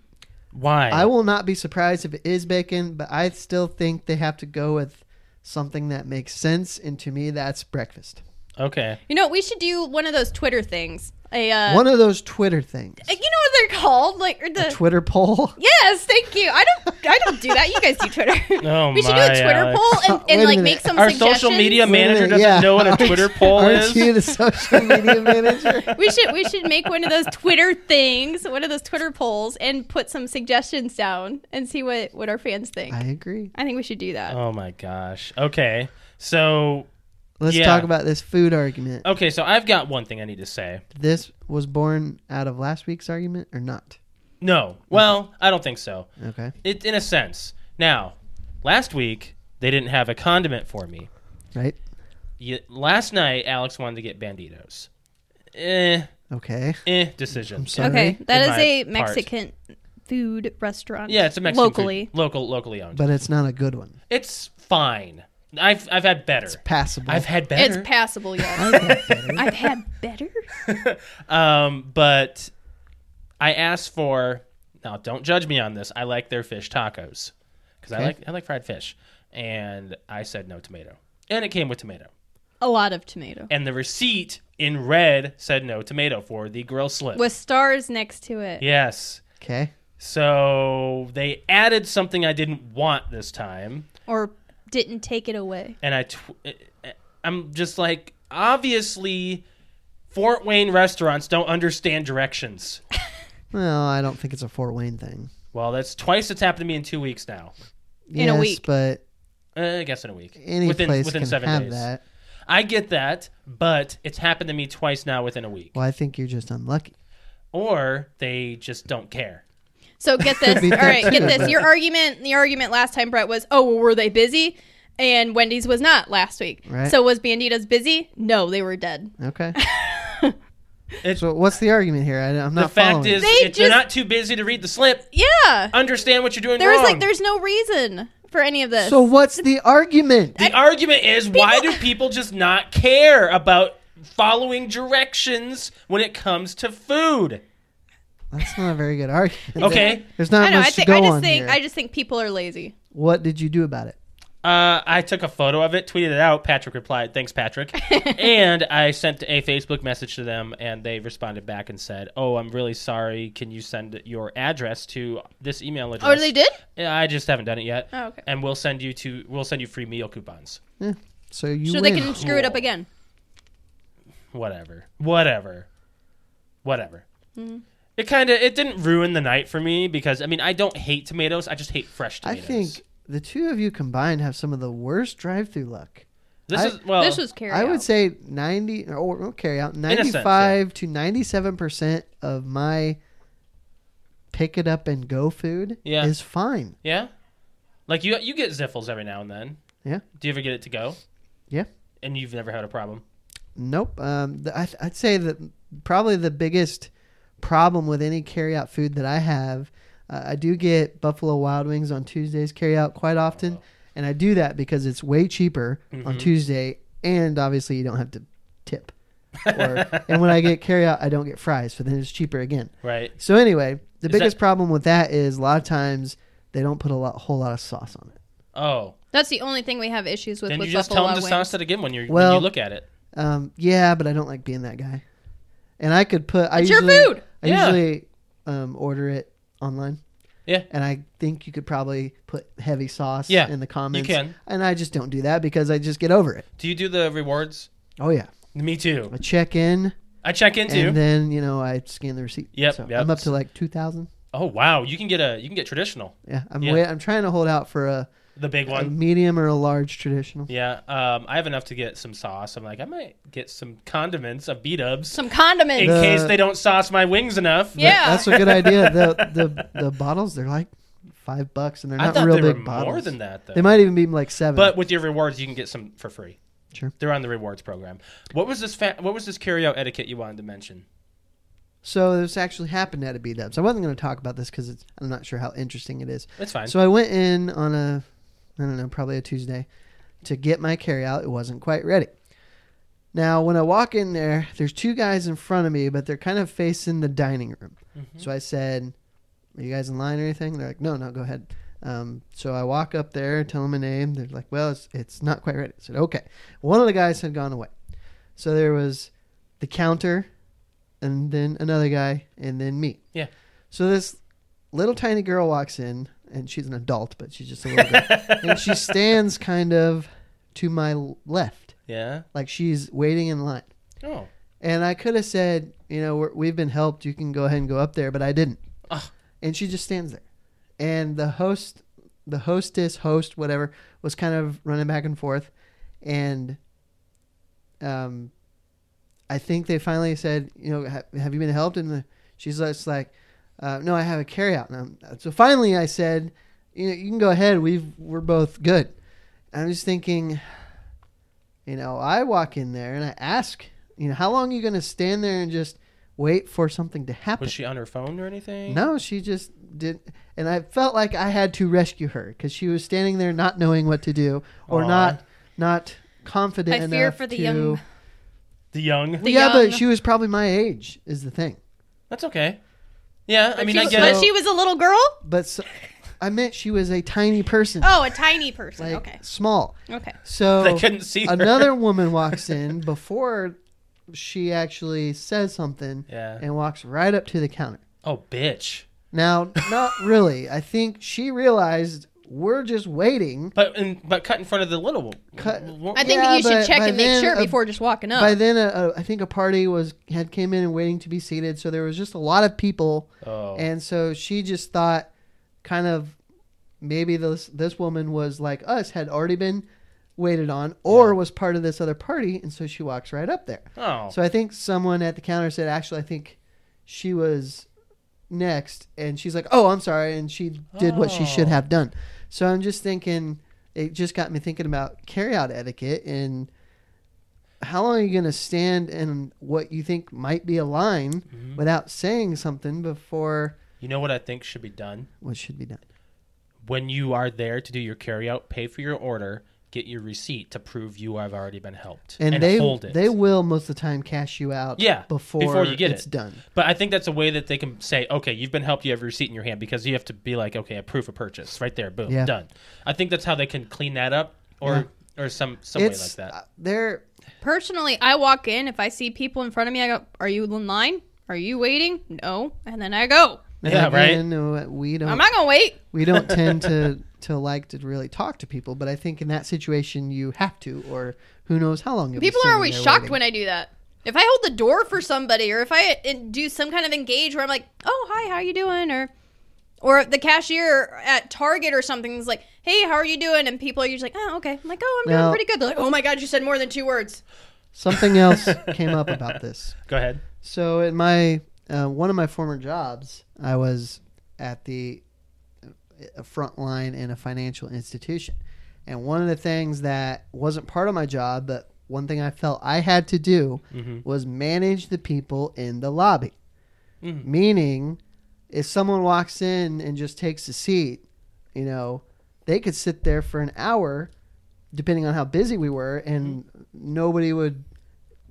Why? I will not be surprised if it is bacon, but I still think they have to go with something that makes sense, and to me, that's breakfast. okay. You know, we should do one of those Twitter things. A uh, One of those Twitter things, you know what they're called? Like or the Twitter poll. yes, thank you. I don't I don't do that. You guys do Twitter. Oh, we should my, do a Twitter Alex. poll and, Wait and a like minute. make some Our suggestions. social media Wait a manager minute, doesn't yeah. know what a Aren't- Twitter poll aren't is. you the social media manager? We should we should make one of those Twitter things, one of those Twitter polls, and put some suggestions down and see what what our fans think. I, I agree. think we should do that. Oh my gosh. Okay. So Let's Yeah. talk about this food argument. okay. So I've got one thing I need to say. This was born out of last week's argument or not? No. Well, I don't think so. Okay, It in a sense. Now, last week they didn't have a condiment for me. right? Ye- last night Alex wanted to get banditos. Eh. Okay. Eh. Decision. sorry. okay, that In is my a part. Mexican food restaurant. Yeah, it's a Mexican locally. food. local, locally owned. But it's not a good one. It's fine. I've I've had better. Passable. I've had better. It's passable, yes. I've had better. Um, but I asked for now. Don't judge me on this. I like their fish tacos because I Okay. like I like fried fish, and I said no tomato, and it came with tomato. A lot of tomato. And the receipt in red said no tomato for the grill slip. With stars next to it. yes. okay. So they added something I didn't want this time, Or didn't take it away. and I tw- eh, I'm just like obviously. Fort Wayne restaurants don't understand directions. Well, I don't think it's a Fort Wayne thing. Well, that's twice that's happened to me in two weeks now. In a yes, week. but Uh, I guess in a week. any within place within can seven have days. that. I get that, but it's happened to me twice now within a week. Well, I think you're just unlucky. Or they just don't care. So get this. be All that right, get too, this. but- Your argument the argument last time, Brett, was, oh well, were they busy? And Wendy's was not last week. Right. So was Bandita's busy? No, they were dead. Okay. It's- so what's the argument here? I, am The not fact following. is, They if you're just- not too busy to read the slip, Yeah. understand what you're doing There was wrong. like there's no reason for any of this. so what's the argument? the argument is, why do people just not care about following directions when it comes to food? That's not a very good argument. Okay. There's I not know, much I think to go I just on think here. I just think people are lazy. What did you do about it? Uh, I took a photo of it, tweeted it out. Patrick replied, "Thanks, Patrick," and I sent a Facebook message to them, and they responded back and said, "Oh, I'm really sorry. Can you send your address to this email address?" Oh, they did? Yeah, I just haven't done it yet. Oh, okay. And we'll send you to we'll send you free meal coupons. Yeah. So you So win. they can screw it up Cool. again. Whatever, whatever, whatever. Mm-hmm. It kind of it didn't ruin the night for me because I mean I don't hate tomatoes. I just hate fresh I tomatoes. think the two of you combined have some of the worst drive-through luck. this I- is well. this was carry I would out. say 90 or or carry out sense, yeah. 95 to 97% of my pick it up and go food Yeah. is fine. yeah. Like you you get Ziffles every now and then. Yeah. Do you ever get it to go? Yeah. and you've never had a problem. Nope. Um, the, I, I'd say that probably the biggest problem with any carryout food that I have, uh, I do get Buffalo Wild Wings on Tuesdays carryout quite often, and I do that because it's way cheaper Mm-hmm. on Tuesday, and obviously you don't have to tip. or, and when I get carryout, I don't get fries, so then it's cheaper again. Right. So anyway, the Is biggest that- problem with that is a lot of times they don't put a lot, whole lot of sauce on it. Oh, That's the only thing we have issues with then with you just Buffalo tell them Wild to Wings. sauce it again when you when Well- you look at it. Um, yeah, but I don't like being that guy. And I could put. I It's your usually, food! I Yeah. usually um, order it online. Yeah. And I think you could probably put heavy sauce Yeah, in the comments. can. And I just don't do that because I just get over it. Do you do the rewards? Oh yeah. Me too. I check in, I check in too. and then you know I scan the receipt. Yep, so yep. I'm up to like two thousand. oh wow, you can get a you can get traditional, Yeah, I'm Yeah. Wait, I'm trying to hold out for a, the big a one. medium or a large traditional. Yeah, um, I have enough to get some sauce. I'm like, I might get some condiments of B Dubs Some in condiments. The- case they don't sauce my wings enough. Yeah. that's a good idea. The the the bottles they're like five bucks, and they're I not thought real they were big bottles. more than that though. They might even be like seven. But with your rewards, you can get some for free. Sure. They're on the rewards program. What was this? Fa- what was this carryout etiquette you wanted to mention? so this actually happened at a B Dubs. I wasn't going to talk about this because I'm not sure how interesting it is. That's fine. So I went in on a, I don't know, probably a Tuesday, to get my carryout. It wasn't quite ready. Now when I walk in there, there's two guys in front of me, but they're kind of facing the dining room. Mm-hmm. So I said, "Are you guys in line or anything?" They're like, "No, no, go ahead." Um, so I walk up there, tell them my name. They're like, "Well, it's, it's not quite ready." I said, "Okay." One of the guys had gone away, so there was the counter, and then another guy, and then me. Yeah. So this little tiny girl walks in, and she's an adult, but she's just a little bit, and she stands kind of to my left, yeah. like she's waiting in line. Oh. And I could have said, you know, we're, we've been helped. You can go ahead and go up there, but I didn't. Ugh. And she just stands there. And the host, the hostess, host, whatever, was kind of running back and forth. And um, I think they finally said, you know, ha- have you been helped? And the, she's just like, uh, no, I have a carryout. And I'm, so finally, I said, you know, you can go ahead. We've we're both good. I'm just thinking, you know, I walk in there and I ask, you know, how long are you going to stand there and just wait for something to happen? Was she on her phone or anything? no, she just did. And I felt like I had to rescue her because she was standing there not knowing what to do or Aw. not not confident I enough fear for the to- young- The young. the yeah, young- but she was probably my age is the thing. That's okay. Yeah. I mean, she I was, get but it. she was a little girl. But so, I meant she was a tiny person, Oh, a tiny person. like okay. small. Okay. So They couldn't see her. another woman walks in before she actually says something Yeah. and walks right up to the counter. Oh, bitch. Now, not really. I think she realized we're just waiting. But in, but cut in front of the little. Cut- wo- I think Yeah, you should but check by and make then, sure uh, before just walking up. By then, a, a, I think a party was had came in and waiting to be seated, so there was just a lot of people, Oh. and so she just thought, kind of, maybe this this woman was like us, had already been waited on, or was part of this other party, and so she walks right up there. oh. So I think someone at the counter said, actually, I think she was next. And she's like, oh, I'm sorry. And she did what she should Oh. have done. So I'm just thinking, it just got me thinking about carryout etiquette and how long are you going to stand in what you think might be a line Mm-hmm. without saying something before you know what I think should be done what should be done? when you are there to do your carryout, pay for your order, get your receipt to prove you have already been helped, And, they hold it. they will most of the time cash you out Yeah, before, before you get it's it. done. But I think that's a way that they can say, okay, you've been helped. You have your receipt in your hand because you have to be like, okay, a proof of purchase right there. Boom, Yeah. done. I think that's how they can clean that up or or some some It's way like that. uh, they're Personally, I walk in. If I see people in front of me, I go, "Are you in line? Are you waiting? No." And then I go. Yeah, and right. then, uh, We don't I'm not gonna wait. we don't tend to to like to really talk to people, but I think in that situation you have to, or who knows how long. People are always shocked when I do that. If I hold the door for somebody, or if I uh, do some kind of engage where I'm like, "Oh, hi, how you doing?" or or the cashier at Target or something is like, "Hey, how are you doing?" and people are usually like, "Oh, okay." I'm like, "Oh, I'm Now- doing pretty good." They're like, "Oh my god, you said more than two words." Something else came up about this. Go ahead. So in my uh, one of my former jobs, I was at the a front line in a financial institution, and one of the things that wasn't part of my job, but one thing I felt I had to do was manage the people in the lobby. Mhm. Meaning, if someone walks in and just takes a seat, you know, they could sit there for an hour, depending on how busy we were, and nobody would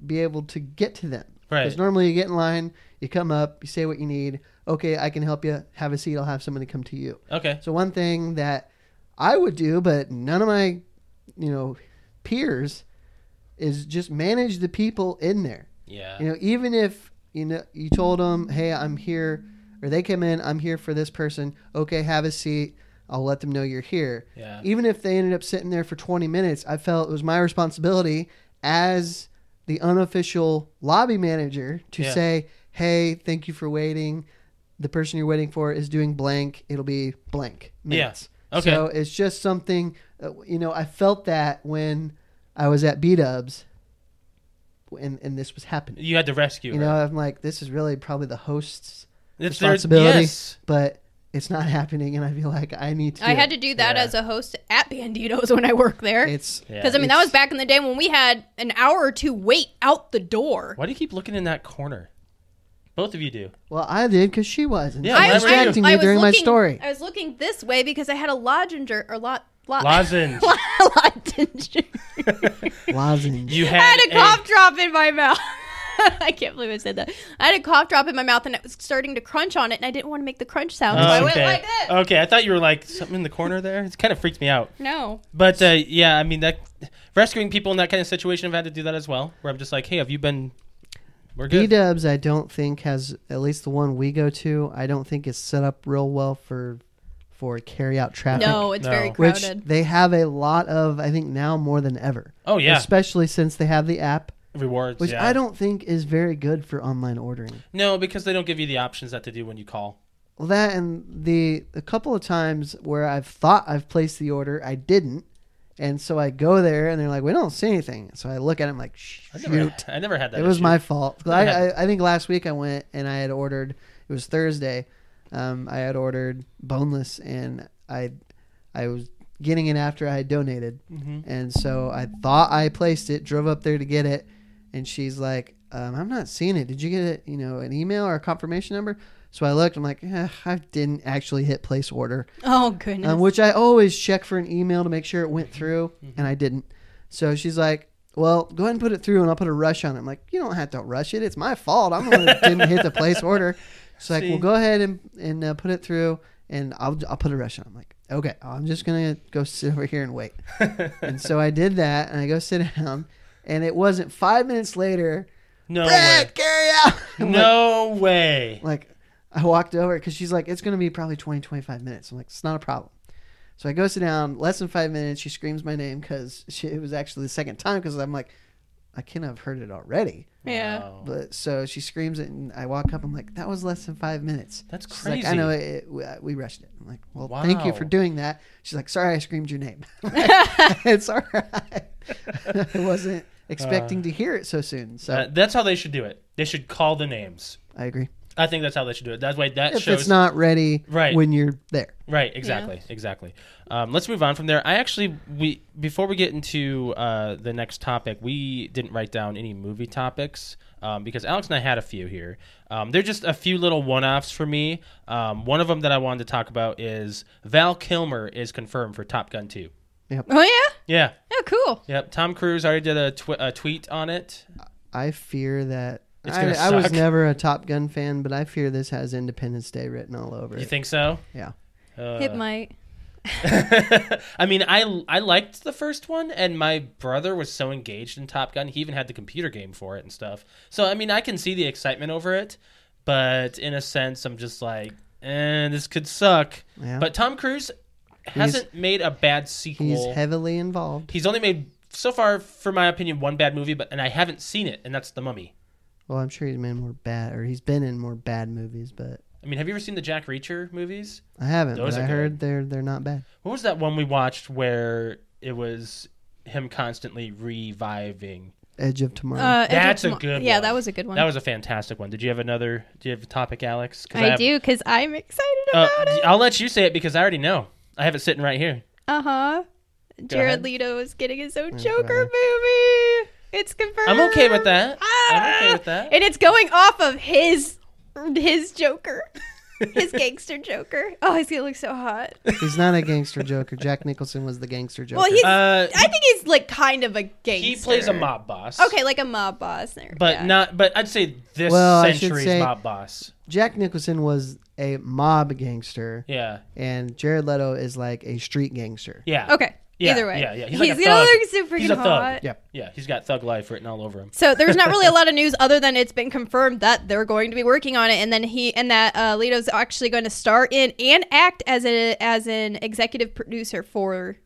be able to get to them. Right. Because normally you get in line, you come up, you say what you need. Okay, I can help you. Have a seat. I'll have somebody come to you. Okay. So one thing that I would do, but none of my, you know, peers, is just manage the people in there. Yeah. You know, even if you know you told them, "Hey, I'm here," or they came in, "I'm here for this person." Okay, have a seat. I'll let them know you're here. Yeah. Even if they ended up sitting there for 20 minutes, I felt it was my responsibility as the unofficial lobby manager to Yeah. say, "Hey, thank you for waiting. The person you're waiting for is doing blank. It'll be blank." Yeah. Minutes. Okay. So it's just something, uh, you know. I felt that when I was at B Dubs, and and this was happening. You had to rescue You her. know, I'm like, this is really probably the host's It's their- responsibility, yes. but it's not happening, and I feel like I need to. I had to do that Yeah. as a host at Banditos when I worked there. It's Yeah. Because I mean, that It's- was back in the day when we had an hour or two wait out the door. Why do you keep looking in that corner? Both of you do. well, I did because she wasn't. Yeah, She I- was I- distracting I me was during my looking- story. I was looking this way because I had a lozenger or lot. lot Lozenge. Lozenger. Lozenge. You I had, had a cough drop in my mouth. I can't believe I said that. I had a cough drop in my mouth and it was starting to crunch on it, and I didn't want to make the crunch sound, so I went Oh, okay. like this. okay, I thought you were like something in the corner there. It kind of freaked me out. no. But uh, yeah, I mean that rescuing people in that kind of situation, I've had to do that as well. Where I'm just like, hey, have you been? We're B good. Dubs, I don't think has at least the one we go to. I don't think is set up real well for for carry out traffic. No, it's No. very Which- which crowded. they have a lot of. I think now more than ever. Oh yeah, especially since they have the app, rewards. which yeah. I don't think is very good for online ordering. No, because they don't give you the options that to do when you call. Well, that and the a couple of times where I've thought I've placed the order, I didn't, and so I go there and they're like, "We don't see anything." So I look at it, I'm like, I "Shoot, never, had, I never had that. it was issue. my fault." 'Cause I, Yeah. I I think last week I went and I had ordered. It was Thursday. Um, I had ordered boneless, and I I was getting it after I had donated, Mm-hmm. and so I thought I placed it. Drove up there to get it, and she's like, um, "I'm not seeing it. Did you get it? You know, an email or a confirmation number?" So I looked. I'm like, eh, I didn't actually hit place order, oh goodness. um, which I always check for an email to make sure it went through, and I didn't. So she's like, "Well, go ahead and put it through, and I'll put a rush on it." I'm like, "You don't have to rush it. It's my fault. I'm the one that didn't hit the place order." She's like, See? "Well, go ahead and and uh, put it through, and I'll I'll put a rush on." it." I'm like, "Okay, I'm just gonna go sit over here and wait." and so I did that, and I go sit down, and it wasn't five minutes later. no Brad, carry out. way. I'm No way. like I walked over because she's like, it's going to be probably 20, 25 minutes. I'm like, it's not a problem. So I go sit down, less than five minutes. She screams my name because it was actually the second time because I'm like, I can have heard it already. yeah. Wow. But so she screams it, and I walk up. I'm like, that was less than five minutes. That's She's crazy. like, I know it, it- we- uh, we rushed it. I'm like, well, thank you Wow. for doing that. She's like, sorry, I screamed your name. I'm like, it's all right. I wasn't expecting to hear it so soon. So Uh, that's how they should do it. They should call the names. I agree. I think that's how they should do it. That way, that If shows it's not ready Right. when you're there. Right, exactly, exactly. Um, let's move on from there. I actually, we before we get into uh, the next topic, we didn't write down any movie topics um, because Alex and I had a few here. Um, they're just a few little one-offs for me. Um, one of them that I wanted to talk about is Val Kilmer is confirmed for Top Gun 2. Oh yeah. Yeah, Oh cool. yep. Tom Cruise already did a, tw- a tweet on it. I fear that It's I, gonna I was suck. never a Top Gun fan, but I fear this has Independence Day written all over You it. think so? yeah, Uh, it might. I mean, I I liked the first one, and my brother was so engaged in Top Gun. He even had the computer game for it and stuff. So I mean, I can see the excitement over it, but in a sense, I'm just like, eh, this could suck. Yeah. But Tom Cruise hasn't made a bad sequel. he's heavily involved. He's only made so far, for my opinion, one bad movie, but and I haven't seen it, and that's The Mummy. Well, I'm sure he's made more bad, or he's been in more bad movies, but I mean, have you ever seen the Jack Reacher movies? I haven't. Those But are I good. heard they're they're not bad. What was that one we watched where it was him constantly reviving? Edge of Tomorrow. Uh, Edge of That's a Tomo- good Yeah, one. that was a good one. That was a fantastic one. Did you have another? Do you have a topic, Alex? 'Cause I, have- do because I'm excited Uh, about it. I'll let you say it because I already know. I have it sitting right here. Uh huh. ahead. Mm, Jared Leto is getting his own brother. Joker movie. It's confirmed. I'm okay with that. I'm okay Ah! with that. And it's going off of his his Joker, his gangster Joker. Oh, he's gonna look so hot. he's not a gangster Joker. Jack Nicholson was the gangster Joker. Well, he's. Uh, I think he's like kind of a gangster. he plays a mob boss. Okay, like a mob boss. There, but yeah. not. But I'd say this Well, I should century's say- mob boss. Jack Nicholson was a mob gangster, Yeah, and Jared Leto is like a street gangster. yeah. Okay. Yeah, Either way. yeah, yeah. He's like a gonna thug. look super He's a freaking thug. hot. Yeah. Yeah, he's got thug life written all over him. So there's not really a lot of news other than it's been confirmed that they're going to be working on it, and then he and that uh, Leto's actually going to star in and act as a as an executive producer for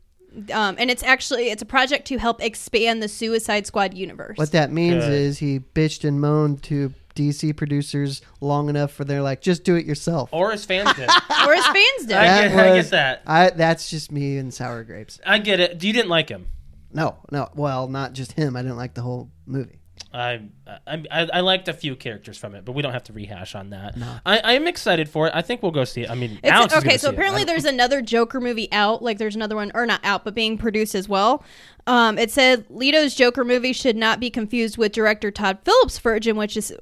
um, and it's actually it's a project to help expand the Suicide Squad universe. What that means Good. is he bitched and moaned to DC producers long enough for they're like, just do it yourself. Or as fans did. Or as fans did. That I get- I get was- that. I, that's just me and sour grapes. I get it. You didn't like him. No, no. Well, not just him. I didn't like the whole movie. I, I I I liked a few characters from it, but we don't have to rehash on that. I, I'm excited for it. I think we'll go see it. I mean, It's, Alex is okay, gonna so see it. apparently I- there's another Joker movie out. Like there's another one, or not out, but being produced as well. Um, it said Leto's Joker movie should not be confused with director Todd Phillips' version, which is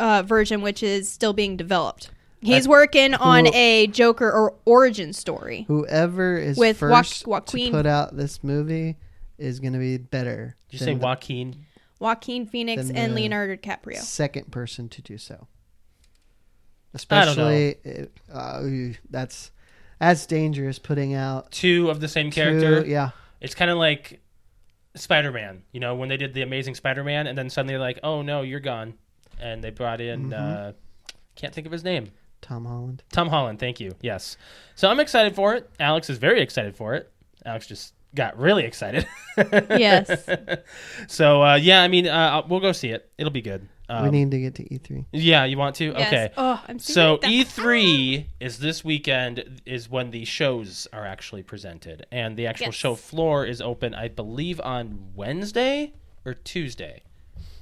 uh, version which is still being developed. He's working on a Joker or origin story. Whoever is With first Joaq- to Joaquin. put out this movie is going to be better. Did you than say the Joaquin? Joaquin Phoenix Then uh, and the- Leonardo DiCaprio. second person to do so. I don't know. Especially, uh, ooh, that's that's dangerous. Putting out Two of the same two- character. yeah, It's kind of like Spider Man. You know, when they did the Amazing Spider Man, and then suddenly like, oh no, you're gone, and they brought in. Mm-hmm. Uh, can't think of his name. Tom Holland. Tom Holland. Thank you. Yes. So I'm excited for it. Alex is very excited for it. Alex just got really excited. yes. so uh, yeah, I mean, uh, we'll go see it. It'll be good. Um, we need to get to E three. yeah, you want to? Okay. Yes. Oh, I'm So E that- E3 is this weekend is when the shows are actually presented and the actual Yes. show floor is open I believe on Wednesday or Tuesday.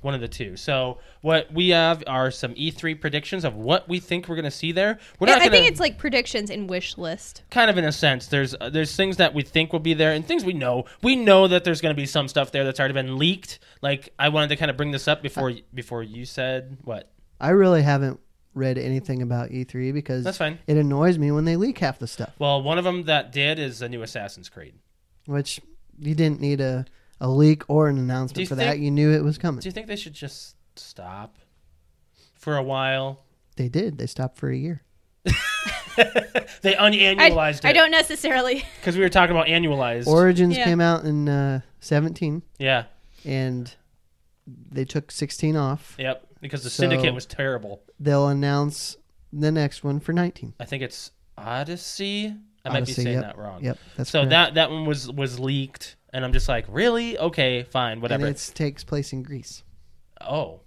One of the two. So what we have are some E3 predictions of what we think we're going to see there. We're I not I going think to it's like predictions and wish list. kind of in a sense there's uh, there's things that we think will be there and things we know we know that there's going to be some stuff there that's already been leaked like i wanted to kind of bring this up before before you said what I really haven't read anything about E three because That's fine. It annoys me when they leak half the stuff, well one of them that did is the new assassin's creed which you didn't need a a leak or an Do you announcement for that. think- You knew it was coming. do you think they should just stop for a while they did. They stopped for a year. they I, unannualized I it don't necessarily. because we were talking about annualized Origins Yeah. came out in uh, seventeen, yeah and they took sixteen off. yep because the So- syndicate was terrible They'll announce the next one for nineteen. i think it's odyssey i might be Odyssey, saying yep. that wrong Yep, that's so correct. that that one was was leaked and i'm just like really okay fine whatever And it takes place in Greece. Oh,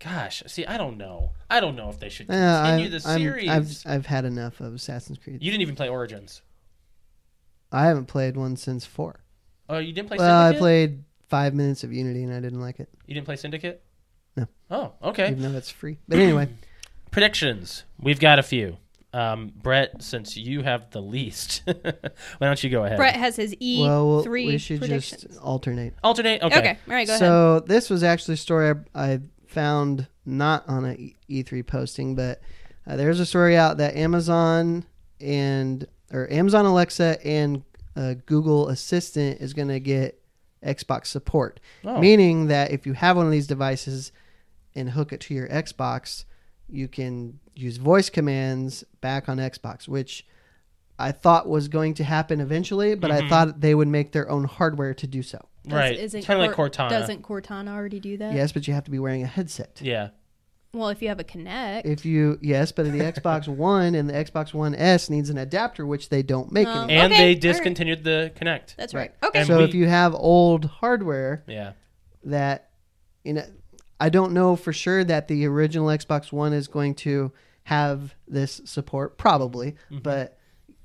gosh. See, I don't know. I don't know if they should Uh, continue I, the I'm- series. I've I've had enough of Assassin's Creed. You didn't even play Origins. I haven't played one since four. Oh, you didn't play Well, I Syndicate? played five minutes of Unity and I didn't like it, you didn't play Syndicate? No. Oh, okay. even though it's free. But anyway, Predictions. We've got a few. Um, Brett, since you have the least, why don't you go ahead? Brett has his E3 well, we'll- we should predictions. just alternate. Alternate? Okay. okay. All right. Go ahead. so this was actually a story I, I found not on a E3 posting, but uh, there's a story out that Amazon and or Amazon Alexa and uh, Google Assistant is going to get Xbox support, Oh. meaning that if you have one of these devices and hook it to your Xbox, you can use voice commands back on Xbox, which I thought was going to happen eventually, but I thought they would make their own hardware to do so. Right. Does- It's isn't kind of like Cor- Cortana. Doesn't Cortana already do that? Yes, but you have to be wearing a headset. Yeah. Well, if you have a Connect, If you yes, but the Xbox One and the Xbox One S needs an adapter, which they don't make Um, anymore. And Okay, all they right. Uh, discontinued the Connect. that's right. right. Okay. And so we- if you have old hardware Yeah. that, you know, I don't know for sure that the original Xbox One is going to have this support, probably, Mm-hmm. but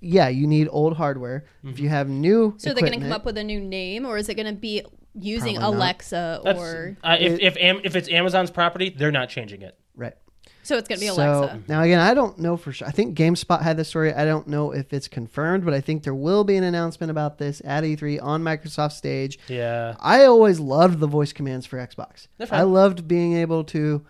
yeah, you need old hardware. If you have new, so they're going to come up with a new name, or is it going to be using Probably not. Alexa, That's, or uh, if if, Am- if it's Amazon's property, they're not changing it. right. so it's going to be So Alexa? now again, I don't know for sure. I think GameSpot had this story. I don't know if it's confirmed, but I think there will be an announcement about this at E3 on Microsoft stage. Yeah. I always loved the voice commands for Xbox. They're fine. I loved being able to,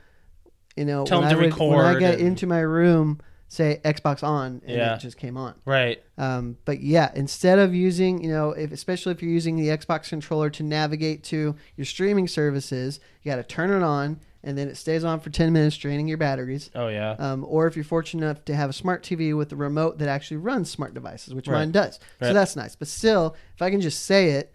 you know, Tell when, them I to would- when I record get and- into my room, say Xbox on, and Yeah. it just came on. Right. Um, but yeah, instead of using, you know, if, especially if you're using the Xbox controller to navigate to your streaming services, you got to turn it on, and then it stays on for 10 minutes, draining your batteries. Oh, yeah. Um, or if you're fortunate enough to have a smart TV with a remote that actually runs smart devices, which Right. mine does. Right. So that's nice. But still, if I can just say it,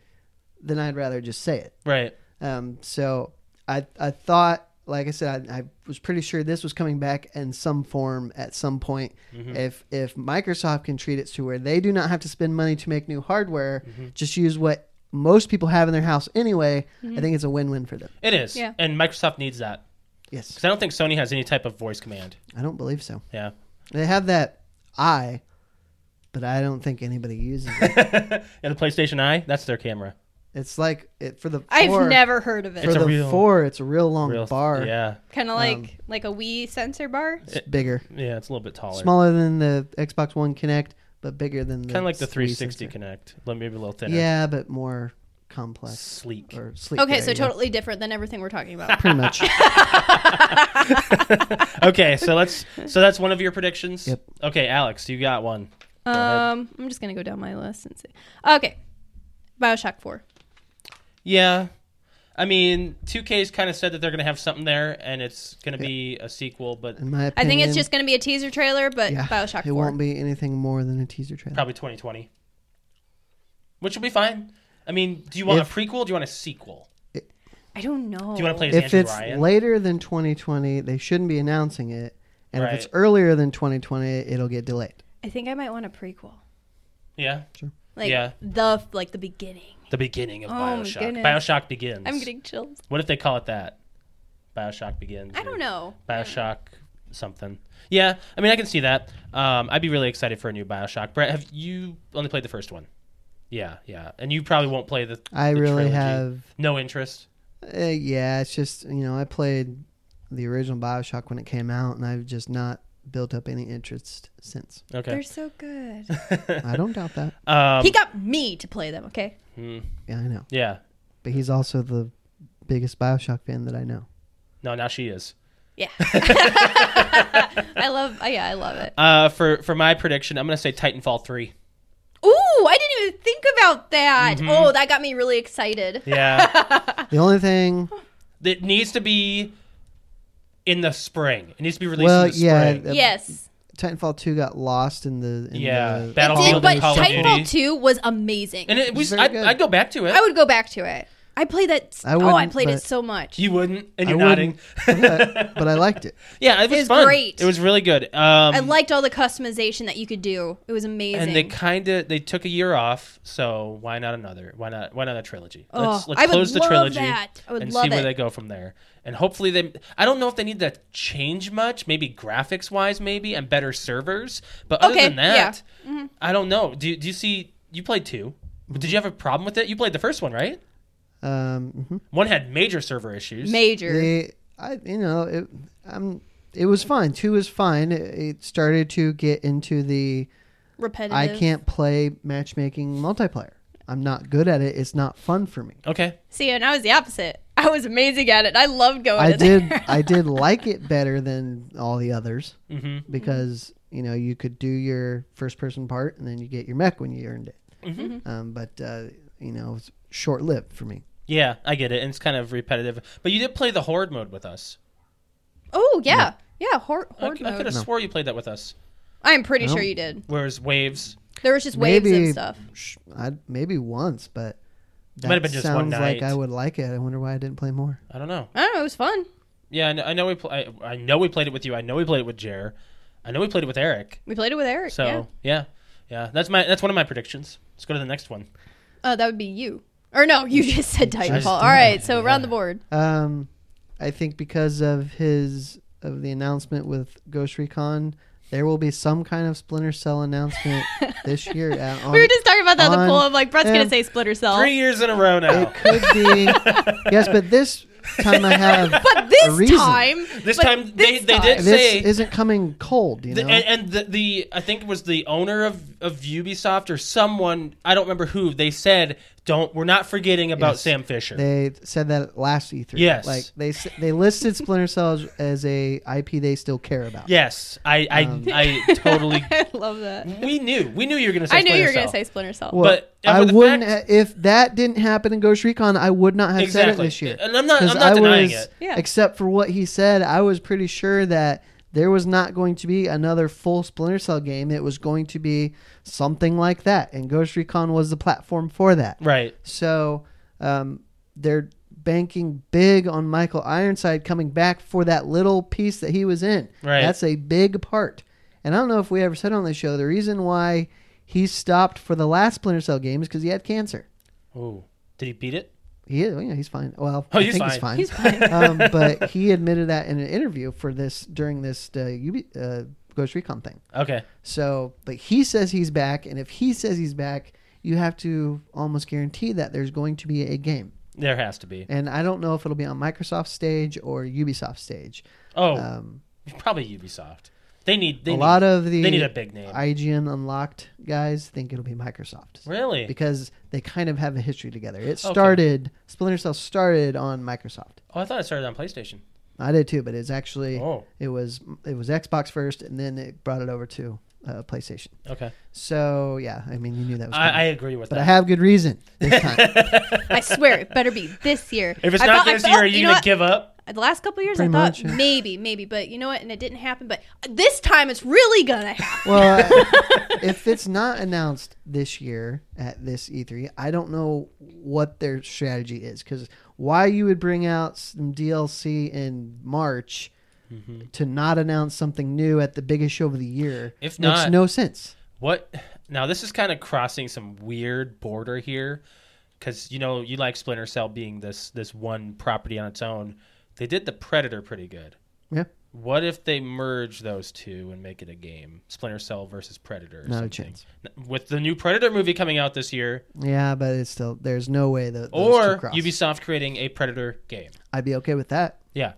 then I'd rather just say it. right. Um, so I I thought like I said, I, I was pretty sure this was coming back in some form at some point. Mm-hmm. If if Microsoft can treat it to where they do not have to spend money to make new hardware, Mm-hmm. just use what most people have in their house anyway. I think it's a win win for them. It is. Yeah. And Microsoft needs that. Yes, Because I don't think Sony has any type of voice command. I don't believe so. Yeah. They have that eye, but I don't think anybody uses it. yeah, the PlayStation Eye, that's their camera. It's like it for the I've four, never heard of it. for It's a the real- four. It's a real long Real bar. Yeah. Kind of like like a Wii sensor bar. It's bigger, Yeah, it's a little bit taller. smaller than the Xbox One Connect, but bigger than the Kind of like the Wii 360 sensor. Connect. Maybe a little thinner. Yeah, but more complex Sleek. or sleek. Okay, there so you go. totally different than everything we're talking about. pretty much. okay, so let's. So that's one of your predictions. Yep. Okay, Alex, you got one. ahead. um, I'm just gonna go down my list and see. Okay, Bioshock Four. Yeah. I mean, 2K's kind of said that they're going to have something there, and it's going to be a sequel, but In my opinion, I think it's just gonna be a teaser trailer, but yeah, Bioshock It 4 won't be anything more than a teaser trailer. probably 2020, which will be fine. I mean, do you want If- a prequel? Do you want a sequel? I don't know. Do you want to play as If Andrew it's Ryan? later than 2020, they shouldn't be announcing it. And if it's Right. earlier than 2020, it'll get delayed. I think I might want a prequel. yeah. Like Yeah. the like the beginning. The beginning of Oh my Bioshock. goodness. Bioshock Begins. I'm getting chills. What if they call it that? Bioshock Begins. I or don't know. Bioshock something. Yeah, I mean, I can see that. Um, I'd be really excited for a new Bioshock. Brett, have you only played the first one? Yeah, yeah, and you probably won't play the. I the really trilogy. have. no interest. Uh, yeah, it's just you know I played the original Bioshock when it came out, and I've just not built up any interest since. They're Okay. so good. I don't doubt that. Um, he got me to play them. Okay. hmm, Yeah, I know. yeah. But he's also the biggest Bioshock fan that I know. No, now she is. Yeah. I love. Uh, yeah, I love it. Uh, for for my prediction, I'm gonna say Titanfall three. Ooh, I didn't even think about that. Oh, that got me really excited. Mm-hmm. Yeah, The only thing, it needs to be in the spring. It needs to be released well, in the yeah, spring. uh, yes. Titanfall Two got lost in the in Yeah, the, It Battlefield did, but and Call of Duty. Titanfall 2 was amazing. and it was. Very I'd, good. I'd go back to it. I would go back to it. I played that. I oh, I wouldn't, played it but- so much. you wouldn't, and I you're wouldn't, nodding. but, but I liked it. Yeah, it was, was fun. great. It was really good. Um, I liked all the customization that you could do. It was amazing. and they kind of they took a year off, so why not another? Why not? Why not a trilogy? Oh, let's let's I would close the love trilogy that. I would and love see where it. they go from there. And hopefully they. I don't know if they need to change much. Maybe graphics wise, maybe and better servers. But other Okay, Mm-hmm. than that, I don't know. Do do you see? You played 2 But did you have a problem with it? You played the first one, right? Um, mhm. One had major server issues. Major. They, I, you know, it, i It was fine. Two was fine. It, it started to get into the repetitive. I can't play matchmaking multiplayer. I'm not good at it. It's not fun for me. okay. See, and I was the opposite. I was amazing at it. I loved going I to did there. I did like it better than all the others Mhm. because you know you could do your first person part and then you get your mech when you earned it. Mm-hmm. Mm-hmm. Um, but uh, you know, it's short lived for me. Yeah, I get it. And it's kind of repetitive. But you did play the horde mode with us. Oh, yeah. Yeah, hor- I, horde could mode. have swore you played that with us. I'm pretty I don't- sure you did. Whereas waves, There was just waves maybe and stuff. sh- I'd, maybe once, but that Might have been just one sounds like night. I would like it. I wonder why I didn't play more. I don't know. I don't know. It was fun. Yeah, I know, I know we pl- I, I know we played it with you. I know we played it with Jer. I know we played it with Eric. We played it with Eric. So yeah. yeah, yeah, that's my that's one of my predictions. Let's go to the next one. Oh, that would be you. Or no, you just said Titanfall. did. All right, so round the board. Um, I think because of his of the announcement with Ghost Recon, there will be some kind of Splinter Cell announcement this year. uh, on- We were just talking about that in the on- pool. I'm like, Brett's um, gonna say Splinter Cell. Three years in a row now. It could be. yes, but this time I have. But a this reason. time, This but time they- this they did- This Say- isn't coming cold, you The- know. and and the, the I think it was the owner of, of Ubisoft or someone I don't remember who they said don't we're not forgetting about Yes. Sam Fisher. they said that at last E3. Yes. like they s- they listed Splinter Cell as, as a IP they still care about. yes, I I, Um. I totally I love that. we knew we knew you were gonna say I knew you Splinter were gonna Cell. say Splinter Cell. Well, But- and I for the wouldn't fact- ha- if that didn't happen in Ghost Recon. I would not have said it Exactly. this year. And I'm not- I'm 'Cause not I denying was- it. Yeah. Except for what he said, I was pretty sure that there was not going to be another full Splinter Cell game. It was going to be something like that, and Ghost Recon was the platform for that. right. So um, they're banking big on Michael Ironside coming back for that little piece that he was in. Right. That's a big part. And I don't know if we ever said on the show the reason why he stopped for the last Splinter Cell game is because he had cancer. Oh, did he beat it? He is, yeah, he's fine. Well, Oh, I he's think fine. He's fine. um, but he admitted that in an interview for this during this uh, Ubi, uh, Ghost Recon thing. Okay. So, but he says he's back, and if he says he's back, you have to almost guarantee that there's going to be a game. There has to be. And I don't know if it'll be on Microsoft stage or Ubisoft stage. Oh, Um, probably Ubisoft. They need they a need, lot of the they need a big name. IGN Unlocked guys think it'll be Microsoft really? because they kind of have a history together. It Okay. started Splinter Cell started on Microsoft. Oh, I thought it started on PlayStation. I did too, but it's actually Oh, it was it was Xbox first, and then it brought it over to uh, PlayStation. okay. So yeah, I mean you knew that was. I, I coming. agree with but I that. have good reason this time. I swear it better be this year. if it's I not thought- I this felt- year, are know you, gonna what? give up? The last couple years, I Pretty thought much, yeah. maybe, maybe, but you know what? And it didn't happen. But this time, it's really gonna happen. well, I- if it's not announced this year at this E3, I don't know what their strategy is because why you would bring out some DLC in March Mm-hmm. to not announce something new at the biggest show of the year makes If not- no sense. What? Now this is kind of crossing some weird border here, because you know you like Splinter Cell being this this one property on its own. They did the Predator pretty good. Yeah, What if they merge those two and make it a game? Splinter Cell versus Predator. Or Not a something. chance. With the new Predator movie coming out this year, yeah, but it's still there's no way that those or two cross. Ubisoft creating a Predator game. I'd be okay with that. Yeah.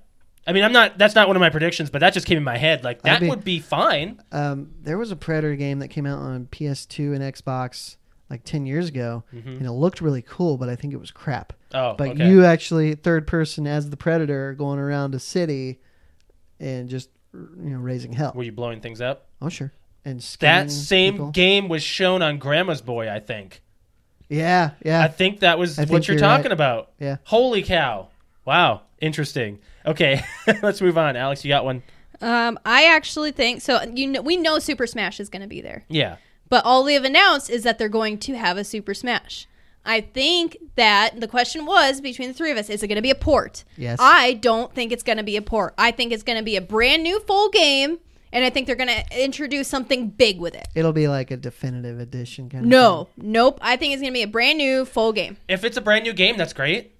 I mean, I'm not. That's not one of my predictions, but that just came in my head. Like that mean- would be fine. Um, there was a Predator game that came out on PS2 and Xbox like 10 years ago, Mm-hmm. and it looked really cool, but I think it was crap. Oh, But okay. you actually third person as the predator going around a city and just you know raising hell. Were you blowing things up? Oh sure. And skinning That same people. game was shown on Grandma's Boy. I think. Yeah, yeah. I think that was I what think you're, you're talking right. about. Yeah. Holy cow! Wow. Interesting. Okay, let's move on. Alex, you got one. Um, I actually think so. You know, we know Super Smash is gonna be there, Yeah. but all they have announced is that they're going to have a Super Smash. I think that the question was between the three of us: Is it gonna be a port? Yes. I don't think it's gonna be a port. I think it's gonna be a brand new full game, and I think they're gonna introduce something big with it. It'll be like a definitive edition kind of thing. No, nope. I think it's gonna be a brand new full game. If it's a brand new game, that's great.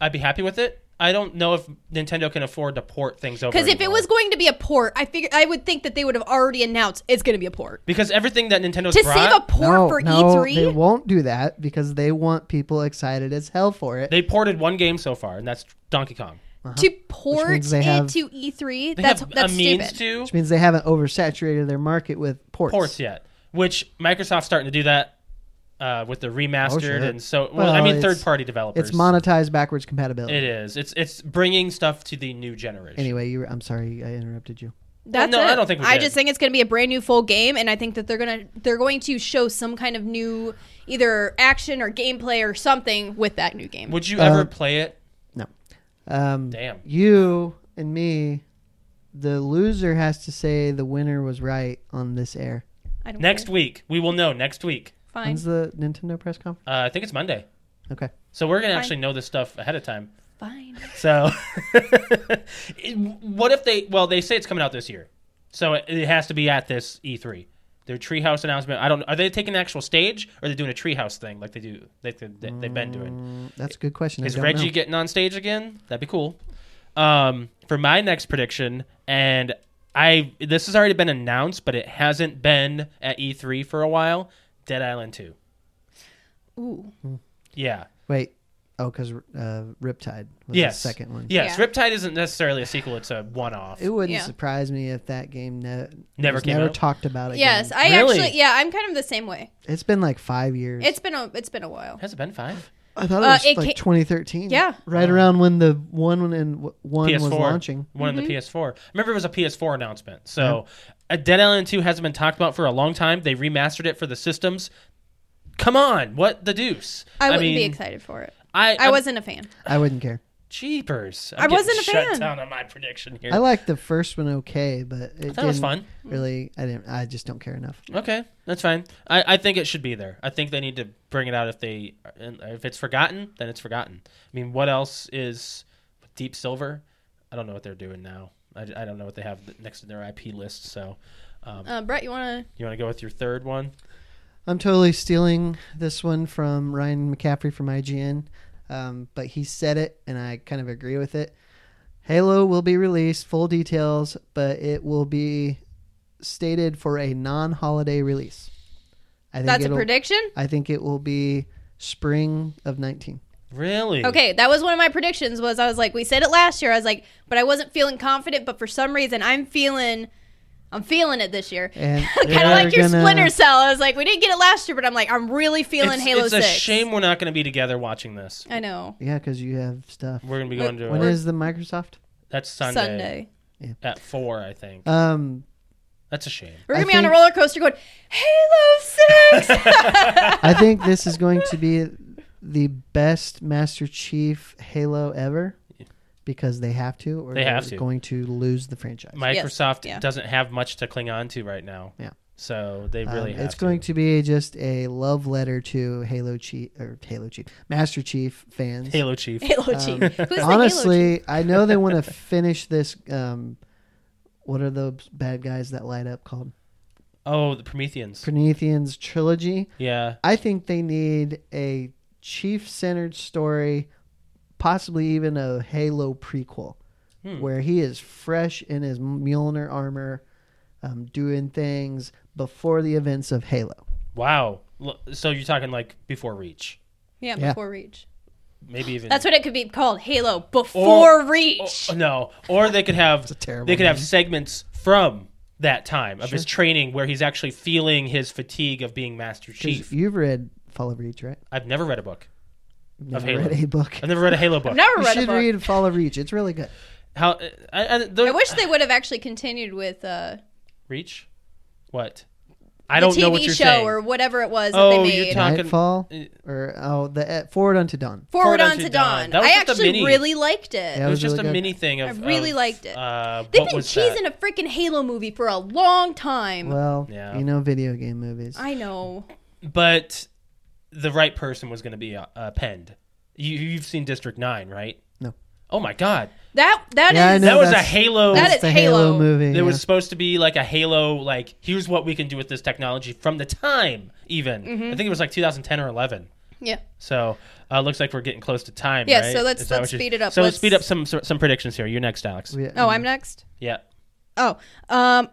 I'd be happy with it. I don't know if Nintendo can afford to port things over. Because if it anymore. was going to be a port, I figure I would think that they would have already announced it's going to be a port because everything that Nintendo's to brought, save a port no, for E no, They E3. won't do that because they want people excited as hell for it. they ported one game so far, and that's Donkey Kong. to port means they have- into E3, They that's have that's a means stupid. to which means they haven't oversaturated their market with ports. ports yet, which Microsoft's starting to do that uh, with the remastered Oh, sure. and so. Well, I Well, mean, it's- third party developers. It's monetized backwards compatibility. It is. It's it's bringing stuff to the new generation. Anyway, you were, I'm sorry I interrupted you. That's No, it. I don't think we I did. just think it's going to be a brand new full game, and I think that they're gonna they're going to show some kind of new either action or gameplay or something with that new game. Would you Uh, ever play it? No. Um, Damn. You and me, the loser has to say the winner was right on this air. I don't Next care. week, we will know. Next week, fine, When's the Nintendo press conference? uh, I think it's Monday, Okay. so we're gonna Fine. actually know this stuff ahead of time. fine. So, It- what if they? Well, they say it's coming out this year, so it, it has to be at this E3. Their treehouse announcement. I don't. Are they taking an actual stage, or are they doing a treehouse thing like they do? Like they, they, they've been doing. Mm, That's a good question. I Is don't Reggie know. getting on stage again? That'd be cool. Um, for my next prediction, and I this has already been announced, but it hasn't been at E3 for a while. Dead Island Two. Ooh, Yeah. Wait. Oh, because uh, Riptide was yes. the second one. Yes. Yeah. Riptide isn't necessarily a sequel. It's a one-off. It wouldn't Yeah. surprise me if that game ne- Never was came never out? talked about again. yes, I Really? actually yeah, I'm kind of the same way. it's been like five years. It's been a it's been a while. Has it been five? I thought it uh, was it like ca- 2013. Yeah. Oh. right around when the one and one PS4 was launching. One Mm-hmm. in the PS4. Remember, it was a PS4 announcement. So, uh, Dead Island 2 hasn't been talked about for a long time. They remastered it for the systems. Come on, what the deuce? I wouldn't be mean, excited for it. I, I I'm- wasn't a fan. I wouldn't care. Jeepers! I I'm getting wasn't a shut fan. down on my prediction here. I liked the first one okay, but it thought it was didn't fun. Really, I didn't. I just don't care enough. Okay, that's fine. I, I think it should be there. I think they need to bring it out if they if it's forgotten, then it's forgotten. I mean, what else is Deep Silver? I don't know what they're doing now. I, I don't know what they have next to their IP list. So, um, Uh, Brett, you want you want to go with your third one? I'm totally stealing this one from Ryan McCaffrey from IGN, um, but he said it, and I kind of agree with it. Halo will be released, full details, but it will be stated for a non-holiday release. to? I think That's a it'll- prediction. I think it will be spring of 19. Really? Okay, that was one of my predictions. Was I was like, we said it last year. I was like, but I wasn't feeling confident. But for some reason, I'm feeling, I'm feeling it this year. And kind of Yeah, like your gonna- Splinter Cell. I was like, we didn't get it last year, but I'm like, I'm really feeling It's, Halo it's a Six. shame we're not going to be together watching this. I know. Yeah, because you have stuff. We're going to be Wait, going to When a- is the Microsoft? that's Sunday, Sunday. at four, I think. Um, That's a shame. We're gonna I be on a think- roller coaster going Halo Six. I think this is going to be the best Master Chief Halo ever because they have to, or They are have to. going to lose the franchise. Microsoft yeah. doesn't have much to cling on to right now. Yeah. So they Um, really have it's to. going to be just a love letter to Halo Chief or Halo Chief Master Chief fans. Halo Chief. Halo Chief. Who's the Halo Chief? Um, Honestly, I know they want to finish this. Um, what are those bad guys that light up called? Oh, the Prometheans. Prometheans trilogy. yeah. I think they need a chief centered story, possibly even a Halo prequel, Hmm. where he is fresh in his Mjolnir armor, um, doing things before the events of Halo. Wow. L- So you're talking like before Reach, Yeah, Yeah. before Reach. maybe even. That's what it could be called. Halo before Oh, Reach. no, or they could have a terrible they could have name. segments from that time of his training where he's actually feeling his fatigue of being Master 'Cause Chief. You've read Fall of Reach, right? I've never read a book. You've never Halo. read a book. I've never read a Halo book. I've never You read a should book. read Fall of Reach. It's really good. How? I, I, the, I wish they would have actually continued with uh, Reach. What? I the don't TV know what you're show saying. or whatever it was Oh, that they you're made. talking- Talking- Nightfall, Uh, or oh, the uh, Forward Unto Dawn. Forward on to Dawn. That was I just a actually mini- really liked it. Yeah, It That was was just really a good. mini thing of. I really of, liked it. Uh, They've what been was that? cheesing a freaking Halo movie for a long time. Well, Yeah. you know video game movies. I know. but the right person was going to be uh, uh, penned. You, you've seen District Nine, right? No. Oh my God, That that is Yeah, I know. that was a that's- Halo. That It's is the Halo. Halo movie. There yeah. was supposed to be like a Halo. Like, here's what we can do with this technology from the time. Even Mm-hmm. I think it was like 2010 or 11. yeah. So uh, looks like we're getting close to time. Yeah, right? so let's- Is that let's what you- speed it up. So Let's- speed up some some predictions here. You're next, Alex. We- Oh, I'm next. Yeah. Oh, um,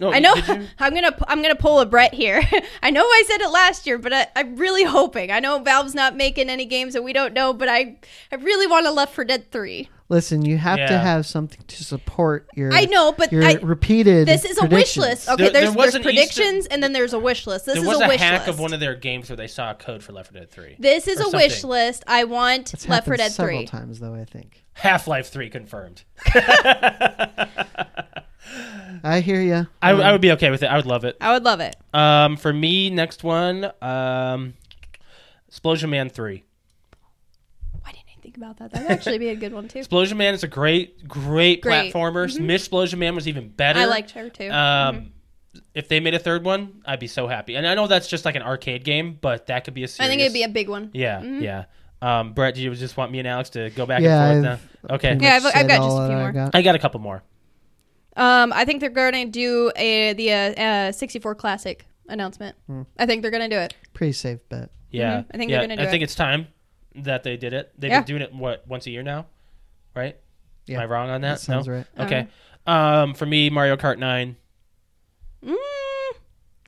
No, I know. Oh, did you- I'm gonna I'm gonna pull a Brett here. I know I said it last year, but I, I'm really hoping. I know Valve's not making any games that we don't know, but I I really want a Left for Dead three. Listen, you have to Yeah. have something to support your. I know, but your I- repeated. This is a wish predictions. list. Okay, There- there there's, was there's an Easter- predictions, and then there's a wish list. This There is was a wish hack list. of one of their games where they saw a code for Left 4 Dead 3. this is a or wish something. list. I want It's Left 4 happened Dead several 3. times, though. I think. Half Life 3 confirmed. I hear you. I, I would be okay with it. I would love it. I would love it. Um, for me, next one, um, Explosion Man three. Why didn't I think about that? That would actually be a good one too. Explosion Man is a great, great, Great. Mm-hmm. platformer. Miss Explosion Man was even better. I liked her too. Mm-hmm. Um, if they made a third one, I'd be so happy. And I know that's just like an arcade game, but that could be a series. I think it'd be a Mm-hmm. big one. yeah, yeah. Um, Brett, do you just want me and Alex to go back Yeah, and forth I've now? Okay, Yeah, I've- I've got just a few more. I got a couple more. Um, I think they're going to do a the uh, uh, 64 classic announcement. I think they're going to do it. Pretty safe bet. Yeah, Mhm. I think yeah. they're gonna do I think it. it's time that they did it. They've Yeah. been doing it what once a year now, right? Yeah. Am I wrong on that? That sounds no? right. Okay. Uh-huh. Um, for me, Mario Kart Nine. Mm,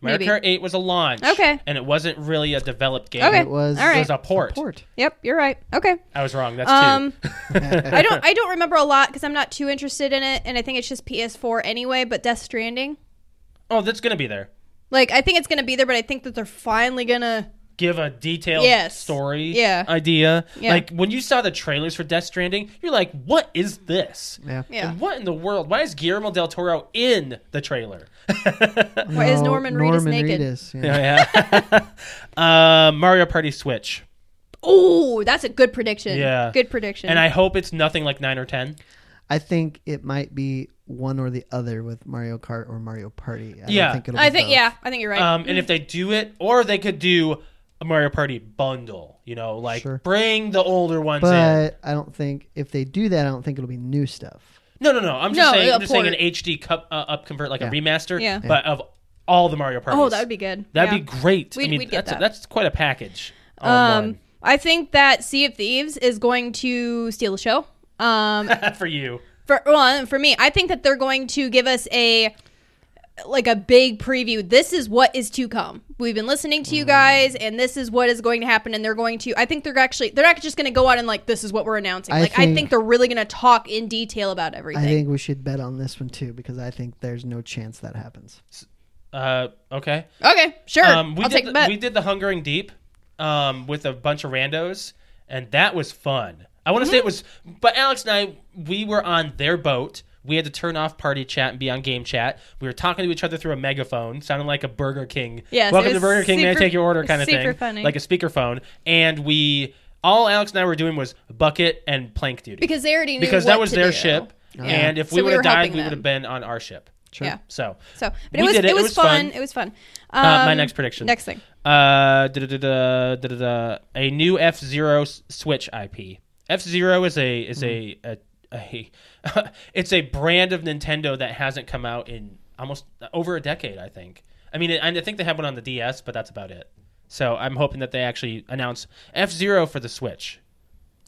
Mario maybe. Kart 8 was a launch. Okay. And it wasn't really a developed game. Okay. It was. All right. It was a port. Port. Yep, you're right. Okay. I was wrong. That's Um, two. I don't I don't remember a lot because I'm not too interested in it, and I think it's just PS4 anyway. But Death Stranding, Oh, that's going to be there. like I think it's going to be there, but I think that they're finally gonna. Give a detailed Yes. story Yeah. idea. Yeah. Like, when you saw the trailers for Death Stranding, you're like, what is this? Yeah. Yeah. And what in the world? Why is Guillermo del Toro in the trailer? Why is Oh, Norman Reedus naked? Reedus, yeah. Yeah. uh, Mario Party Switch. Oh, that's a good prediction. Yeah. Good prediction. And I hope it's nothing like nine or ten. I think it might be one or the other with Mario Kart or Mario Party. I Yeah. don't think it'll I be think both. yeah, I think you're right. Um, and if they do it, or they could do a Mario Party bundle. You know, like Sure. bring the older ones in. But I don't think if they do that, I don't think it'll be new stuff. No, no, no. I'm just No, saying. a I'm just saying an port. HD cup, uh, up convert, like a Yeah. remaster. Yeah. But of all the Mario Parties. oh, that would be good. That'd Yeah. be oh, great. I We'd- mean, we'd get that's that. that's quite a package. all in Um, I think that Sea of Thieves is going to steal the show. Um, one. for you. for well, for me, I think that they're going to give us a like a big preview. This is what is to come. We've been listening to you Mm. guys, and this is what is going to happen. And they're going to. I think they're actually they're not just going to go out and like this is what we're announcing. I like I think- think they're really going to talk in detail about I everything. think we should bet on this one too because I think there's no chance that happens. Uh, okay. okay, sure. Um, we I'll did take the, the bet. We did the Hungering Deep um, with a bunch of randos, and that was fun. I want to Mm-hmm. say it was, but Alex and I, we were on their boat. We had to turn off party chat and be on game chat. We were talking to each other through a megaphone, sounding like a Burger King. Yes, it Welcome to was Burger King, may I super- take your order kind of super thing. funny. Like a speakerphone. And we, all Alex and I were doing was bucket and plank duty. because they already knew Because what that was to their do. ship. Yeah. And if So we would have were died, helping we them. would have been on our ship. Yeah. So. So, but it We was, did it. it. It was was fun. fun. It was fun. Uh, my Um, next prediction. Next thing. Uh, da, da, da, da, da, da, a new F Zero Switch IP. F Zero is a is Mm-hmm. a, a, a it's a brand of Nintendo that hasn't come out in almost over a decade. I think. I mean, and I think they have one on the DS, but that's about it. So I'm hoping that they actually announce F Zero for the Switch.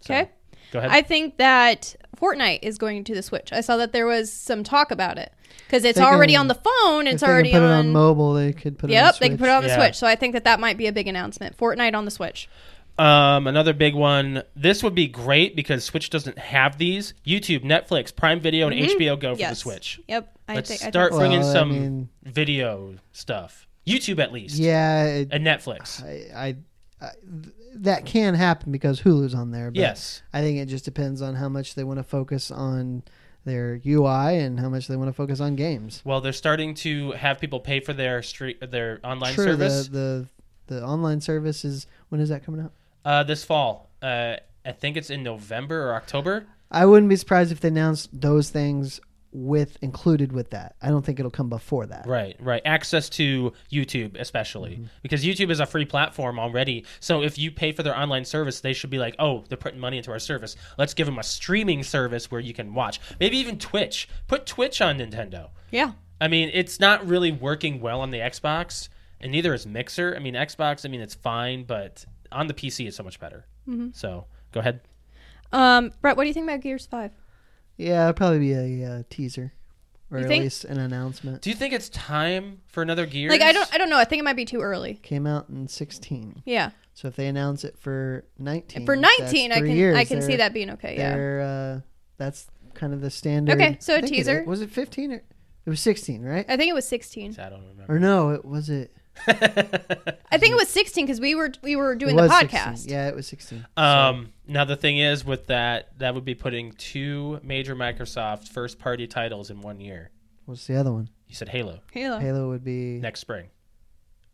So, Okay. Go ahead. I think that Fortnite is going to the Switch. I saw that there was some talk about it because it's They can- already on the phone. It's if they already can put on. it on mobile. They could put it. Yep, on they can put it on the Yeah. Switch. So I think that that might be a big announcement. Fortnite on the Switch. Um, another big one. This would be great because Switch doesn't have these. YouTube, Netflix, Prime Video, and HBO Go for the Mm-hmm. Yes. Switch. Yep. I Let's think, start I think bringing Well, I some mean- video stuff. YouTube at least. Yeah, it, And Netflix. I, I, I, th- that can happen because Hulu's on there. But Yes. I think it just depends on how much they want to focus on their UI and how much they want to focus on games. Well, they're starting to have people pay for their street, their online sure, service the the the online service is when is that coming out? uh, this fall. Uh, I think it's in November or October. I wouldn't be surprised if they announced those things with included with that. I don't think it'll come before that. Right, right. Access to YouTube, especially Mm-hmm. because YouTube is a free platform already. So if you pay for their online service, they should be like, "Oh, they're putting money into our service. Let's give them a streaming service where you can watch. Maybe even Twitch. Put Twitch on Nintendo. yeah. I mean, it's not really working well on the Xbox, and neither is Mixer. I mean, Xbox. I mean, it's fine, but on the PC, it's so much better. Mm-hmm. So go ahead. Um, Brett, what do you think about Gears Five? Yeah, it'll probably be a, uh teaser, or You at think? least an announcement. Do you think it's time for another Gears? Like I don't, I don't know. I think it might be too early. Came out in sixteen, Yeah. so if they announce it for nineteen, For that's 19, I three can, years. I can see They're- that being okay. Yeah. they're, uh, that's kind of the standard. Okay, so I a think it teaser. is. was it fifteen or it was sixteen, right? I think it was 16. I don't remember. Or no, it was it. I think it was 16 because we were we were doing it the was 16. podcast. Yeah, it was sixteen. Um, now the thing is with that, that would be putting two major Microsoft first party titles in one year. What's the other one? You said Halo Halo. Halo would be next spring.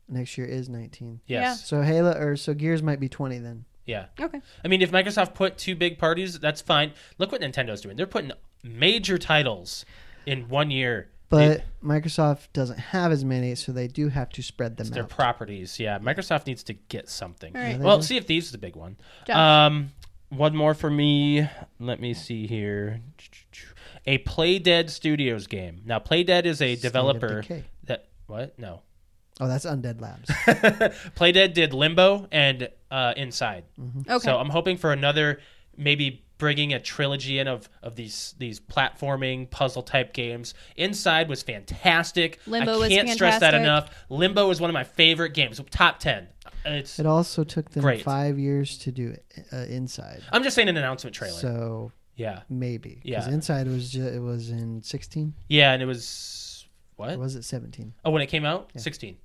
next year is nineteen. Yes. So Halo or so Gears might be twenty then. Yeah. Okay. I mean, if Microsoft put two big parties, that's fine. Look what Nintendo's doing. They're putting major titles in one year. But They- Microsoft doesn't have as many, so they do have to spread them their out. properties. Yeah. Microsoft needs to get something. All right. Well, Sea of Thieves is the big one. Josh. Um, one more for me. Let me see here. A Playdead Studios game. Now, Playdead is a of developer Decay. that what? No. oh, that's Undead Labs. Playdead did Limbo and uh, Inside. Okay. So I'm hoping for another, maybe bringing a trilogy in of, of these these platforming puzzle type games. Inside was fantastic. Limbo I was can't stress that fantastic. enough. Limbo is one of my favorite games. Top ten. It's. it also took them Great. five years to do it, uh, Inside. I'm just saying an announcement trailer. So yeah, maybe because Yeah. Inside was ju- it was in sixteen yeah, and it was or what? was it seventeen? Oh, when it came out, sixteen.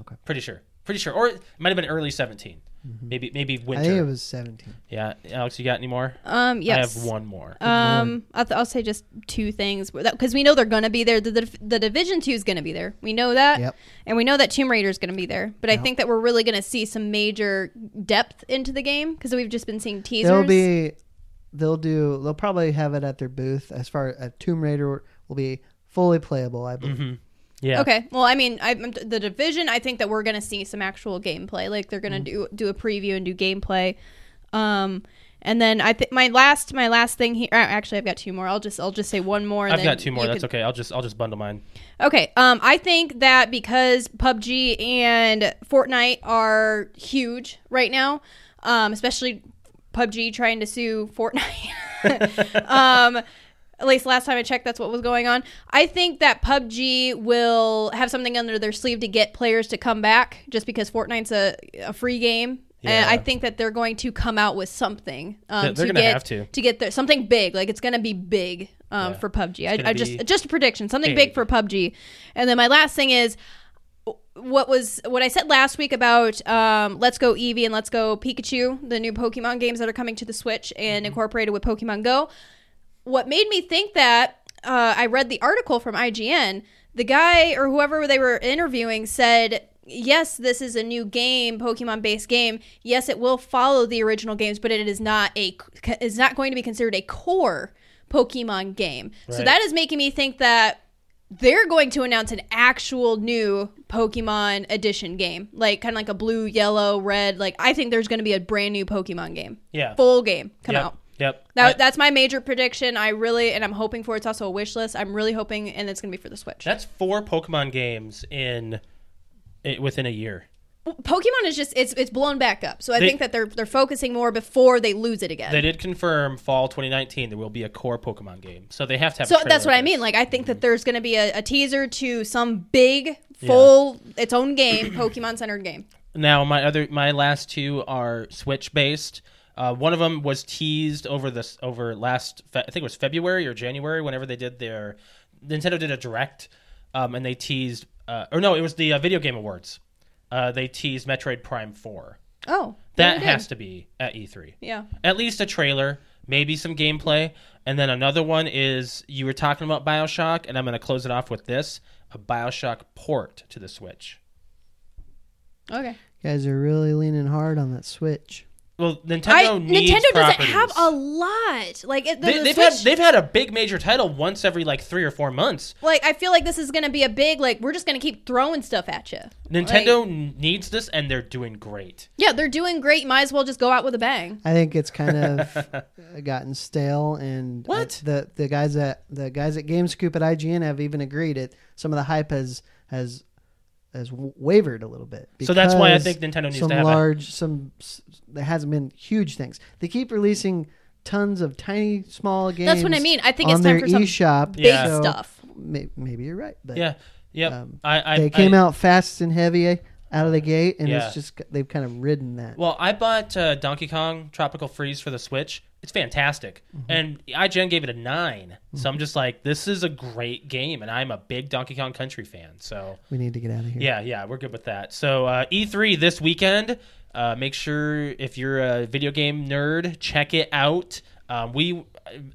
Okay. Pretty sure. Pretty sure, or it might have been early 17 Mm-hmm. Maybe maybe I think it winter. was 17. yeah, Alex, you got any more? Um, yes. I have one more. Um, I'll, I'll say just two things because we know they're going to be there. The, the, the Division Two is going to be there. We know that, Yep. and we know that Tomb Raider is going to be there. But Yep. I think that we're really going to see some major depth into the game because we've just been seeing teasers. They'll be, they'll do, they'll probably have it at their booth. As far as Tomb Raider will be fully playable, I Mm-hmm. believe. yeah. Okay. Well, I mean, I, the division. I think that we're going to see some actual gameplay. Like they're going to Mm-hmm. do do a preview and do gameplay. Um, and then I think my last my last thing here. Actually, I've got two more. I'll just I'll just say one more. And I've then got two more. you That's can- okay. I'll just I'll just bundle mine. Okay. Um, I think that because PUBG and Fortnite are huge right now, um, especially PUBG trying to sue Fortnite. um, at least last time I checked, that's what was going on. I think that PUBG will have something under their sleeve to get players to come back, just because Fortnite's a, a free game. And Yeah. I think that they're going to come out with something. Um, They're- they're to gonna get, have to. get there something big. Like it's going to be big um, Yeah. for PUBG. I, gonna I be- just just a prediction, something Big. big for PUBG. And then my last thing is what was what I said last week about um, Let's Go Eevee and Let's Go Pikachu, the new Pokemon games that are coming to the Switch and incorporated with Pokemon Go. What made me think that uh, I read the article from IGN. The guy or whoever they were interviewing said, "Yes, this is a new game, Pokemon-based game. Yes, it will follow the original games, but it is not a is not going to be considered a core Pokemon game." So Right. that is making me think that they're going to announce an actual new Pokemon edition game, like kind of like a blue, yellow, red. Like I think there's going to be a brand new Pokemon game, Yeah. full game come yep. out. Yep. That, I- that's my major prediction. I really and I'm hoping for. It's also a wish list. I'm really hoping, and it's going to be for the Switch. that's four Pokemon games in it, within a year. Pokemon is just it's it's blown back up. So I They- think that they're they're focusing more before they lose it again. They did confirm fall 2019 there will be a core Pokemon game, so they have to have. so a trailer that's what of I mean. this. Mm-hmm. Like I think that there's going to be a, a teaser to some big full its own game, Pokemon centered game. Now my other my last two are Switch based. Uh, one of them was teased over this over last fe- I think it was February or January whenever they did their Nintendo did a direct um, and they teased uh, or no it was the uh, video game awards. Uh, they teased Metroid Prime Four. Oh, That has to be at E E3. Yeah. At least a trailer, maybe some gameplay, and then another one is you were talking about BioShock and I'm going to close it off with this, a BioShock port to the Switch. Okay. guys are really leaning hard on that Switch. Well, Nintendo I, needs Nintendo doesn't properties. have a lot. Like it, the, They, the they've Switch, had they've had a big major title once every like three or four months. like I feel like this is gonna be a big like we're just gonna keep throwing stuff at you. Nintendo n- needs this, and they're doing great. Yeah, they're doing great. Might as well just go out with a bang. I think it's kind of uh, gotten stale, and What? I- the the guys at the guys at GameScoop at IGN have even agreed it. Some of the hype has has has w- wavered a little bit. So that's why I because think Nintendo needs some to have a- large some s- there hasn't been huge things. They keep releasing tons of tiny small games. That's what I mean. I think it's on time their for some eShop, Big Yeah. so stuff. May, maybe you're right, but Yeah, yep. Um, I, I they came I- out fast and heavy eh, out of the gate, and Yeah. it's just they've kind of ridden that. Well, I bought uh, Donkey Kong Tropical Freeze for the Switch. It's fantastic, Mm-hmm. and IGN gave it a 9 So I'm just like, this is a great game, and I'm a big Donkey Kong Country fan. So we need to get out of here. Yeah, yeah, we're good with that. So uh, E3 this weekend. Uh, make sure if you're a video game nerd, check it out. Um, we,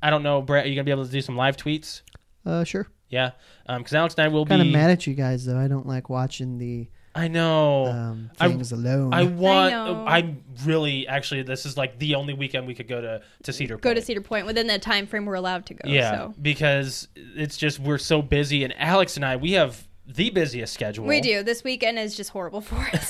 I don't know, Brett, are you gonna be able to do some live tweets? Uh, sure. Yeah, because Alex and I will kind of be. mad at you guys though. I don't like watching the I know. um, I- things alone. I want. know. I'm really actually. This is like the only weekend we could go to to Cedar. Go to Point. Cedar Point within the time frame we're allowed to go. Yeah, So. because it's just we're so busy, and Alex and I we have the busiest schedule. We do. This weekend is just horrible for us.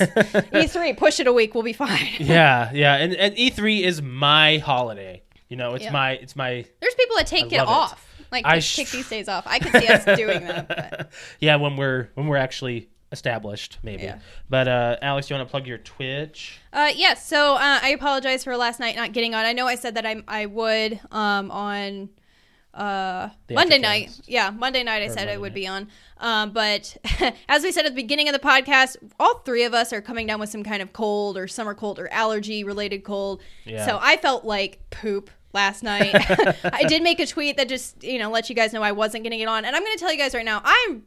E3, push it a week, we'll be fine. Yeah, yeah, and and E3 is my holiday. You know, it's Yeah. my it's my There's people that take I it love it. off. Like I take, sh- take these days off. I could see us doing that. But. yeah when we're when we're actually established maybe Yeah. but uh alex you want to plug your twitch Uh, yes. so uh, I apologize for last night not getting on. I know I said that I I would um, on uh, The Monday aftercast. night. Yeah, Monday night. I said I Monday would be on. Um, but as we said at the beginning of the podcast, all three of us are coming down with some kind of cold or summer cold or allergy related cold. Yeah. So I felt like poop last night. I did make a tweet that just you know let you guys know I wasn't going to get on, and I'm going to tell you guys right now I'm.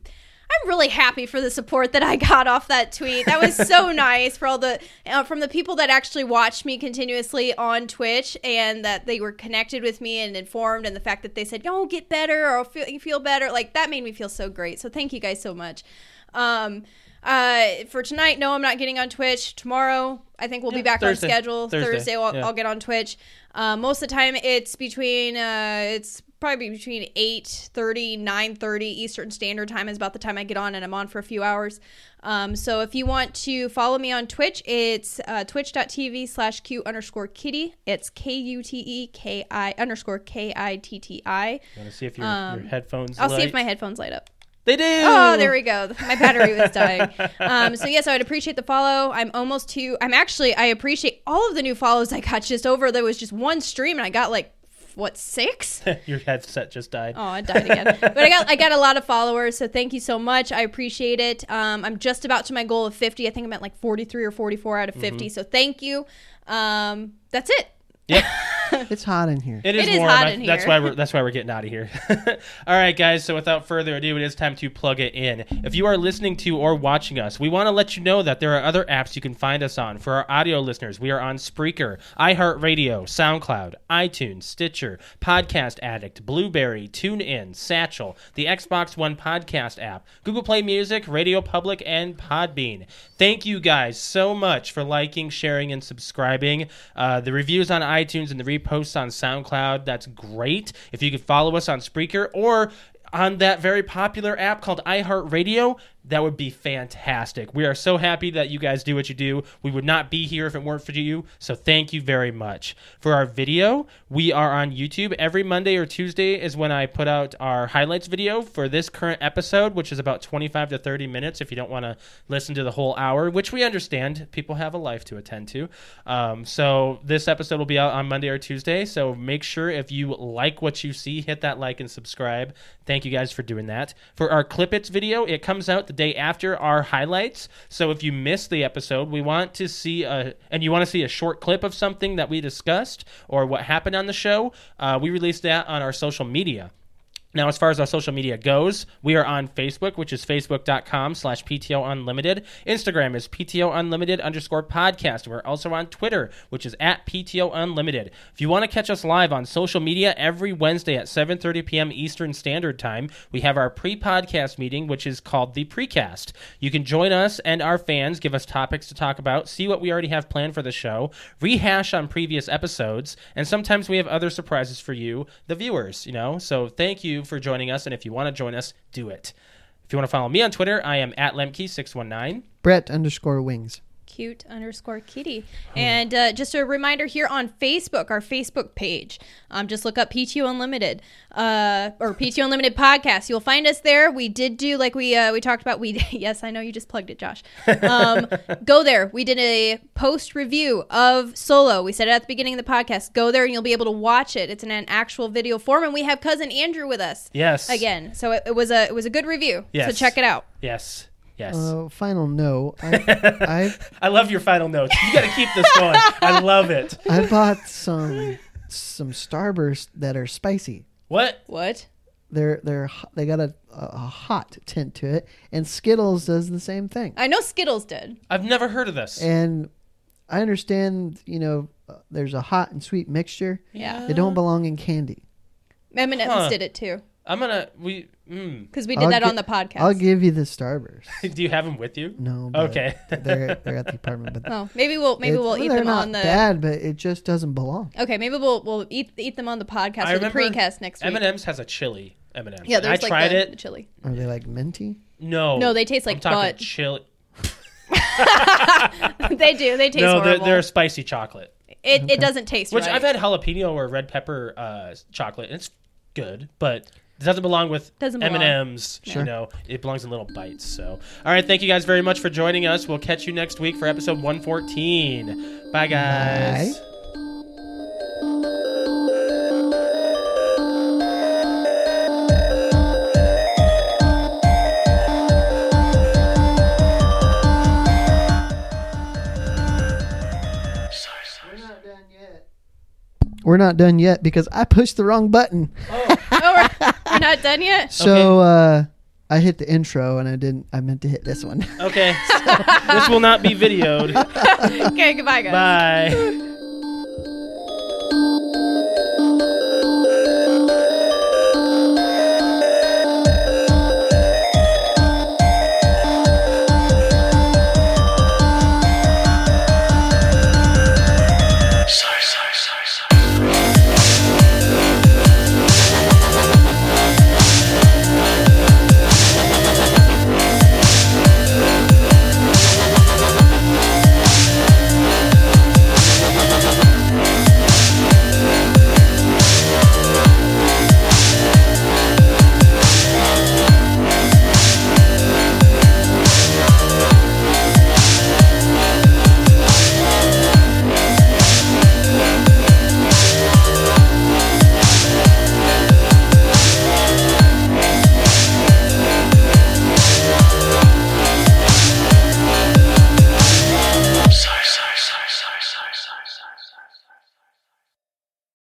I'm really happy for the support that I got off that tweet. That was so nice for all the uh, from the people that actually watched me continuously on Twitch and that they were connected with me and informed, and the fact that they said, "Yo, get better" or "Feel you feel better," like that made me feel so great. So thank you guys so much. Um, uh, for tonight, no, I'm not getting on Twitch. Tomorrow, I think we'll be Yeah, back Thursday. on schedule. Thursday, Thursday, I'll, yeah. I'll get on Twitch. Uh, most of the time, it's between uh, it's probably between 8.30 9.30 eastern standard time is about the time i get on and i'm on for a few hours um, so if you want to follow me on twitch it's uh, twitch.tv slash q underscore kitty it's k-u-t-e-k-i E underscore k-i-t-t-i I'm gonna see if your, Um, your headphones. i'll see light. if my headphones light up They do. Oh, there we go. My battery was dying. Um, so yes, I would appreciate the follow. I'm almost to. I'm actually. I appreciate all of the new follows I got just over. There was just one stream, and I got like what six? your headset just died. Oh, I died again. but I got I got a lot of followers, so thank you so much. I appreciate it. Um, I'm just about to my goal of 50. I think I'm at like 43 or 44 out of 50. So thank you. Um, that's it. Yep. It's hot in here. It is hot in That's here. why we're that's why we're getting out of here. All right, guys. So without further ado, it is time to plug it in. If you are listening to or watching us, we want to let you know that there are other apps you can find us on. For our audio listeners, we are on Spreaker, iHeartRadio, SoundCloud, iTunes, Stitcher, Podcast Addict, Blueberry, TuneIn, Satchel, the Xbox One podcast app, Google Play Music, Radio Public, and Podbean. Thank you guys so much for liking, sharing, and subscribing. Uh, the reviews on iTunes and the reposts on SoundCloud, that's great. If you could follow us on Spreaker or on that very popular app called iHeartRadio, that would be fantastic. We are so happy that you guys do what you do. We would not be here if it weren't for you, so thank you very much. For our video, we are on YouTube. Every Monday or Tuesday is when I put out our highlights video for this current episode, which is about 25 to 30 minutes if you don't want to listen to the whole hour, which we understand. People have a life to attend to. Um, so this episode will be out on Monday or Tuesday, so make sure if you like what you see, hit that like and subscribe. Thank you guys for doing that. For our Clip It's video, it comes out the day after our highlights. So if you missed the episode, we want to see a and you want to see a short clip of something that we discussed or what happened on the show, uh, we release that on our social media. Now, as far as our social media goes, we are on Facebook, which is facebook.com slash PTO Unlimited. Instagram is PTO Unlimited underscore podcast. We're also on Twitter, which is at PTO Unlimited. If you want to catch us live on social media every Wednesday at 7.30 p.m. Eastern Standard Time, we have our pre-podcast meeting, which is called the Precast. You can join us and our fans, give us topics to talk about, see what we already have planned for the show, rehash on previous episodes, and sometimes we have other surprises for you, the viewers, you know? So thank you for joining us, and if you want to join us, do it. If you want to follow me on Twitter, I am at Lemke619. Brett underscore wings. cute underscore kitty Hmm. and uh, just a reminder here on facebook our facebook page um, just look up pto unlimited uh, or pto unlimited podcast you'll find us there we did do like we uh, we talked about we yes i know you just plugged it josh um, go there we did a post review of solo we said it at the beginning of the podcast go there and you'll be able to watch it it's in an actual video form and we have cousin andrew with us Yes. again so it, it was a it was a good review Yes. so check it out Yes. Yes. Uh, final no. I, I love your final notes. You got to keep this going. I love it. I I bought some some Starburst that are spicy. What? what They're they're h- they got a, a hot tint to it, and Skittles does the same thing. i know skittles did I've never heard of this. And I understand, you know, uh, there's a hot and sweet mixture. yeah They don't belong in candy. M&M's Huh. did it too I'm going to, we, mm. because we did I'll that gi- on the podcast. I'll give you the Starburst. do you have them with you? No. but Okay. they're they're at the apartment, but oh, maybe we'll maybe it's- we'll well, eat they're them not on the. bad, but it just doesn't belong. Okay, maybe we'll we'll eat eat them on the podcast I or the remember precast next week. M&M's has a chili. M&M's. Yeah, And I there's like tried the, it. the chili. Are they like minty? No, No, they taste like I'm talking butt. chili. they do. They taste No, they're, horrible. they're spicy chocolate, it, it doesn't taste which right. I've had jalapeno or red pepper uh, chocolate. and It's good, but it doesn't belong with Doesn't M belong. and M's. You know, it belongs in little bites. So, all right, thank you guys very much for joining us. We'll catch you next week for episode 114. Bye, guys. Bye. We're not done yet. We're not done yet because I pushed the wrong button. oh, we're, we're not done yet. So uh, I hit the intro and I didn't. I meant to hit this one. Okay. this will not be videoed. okay, goodbye, guys. Bye.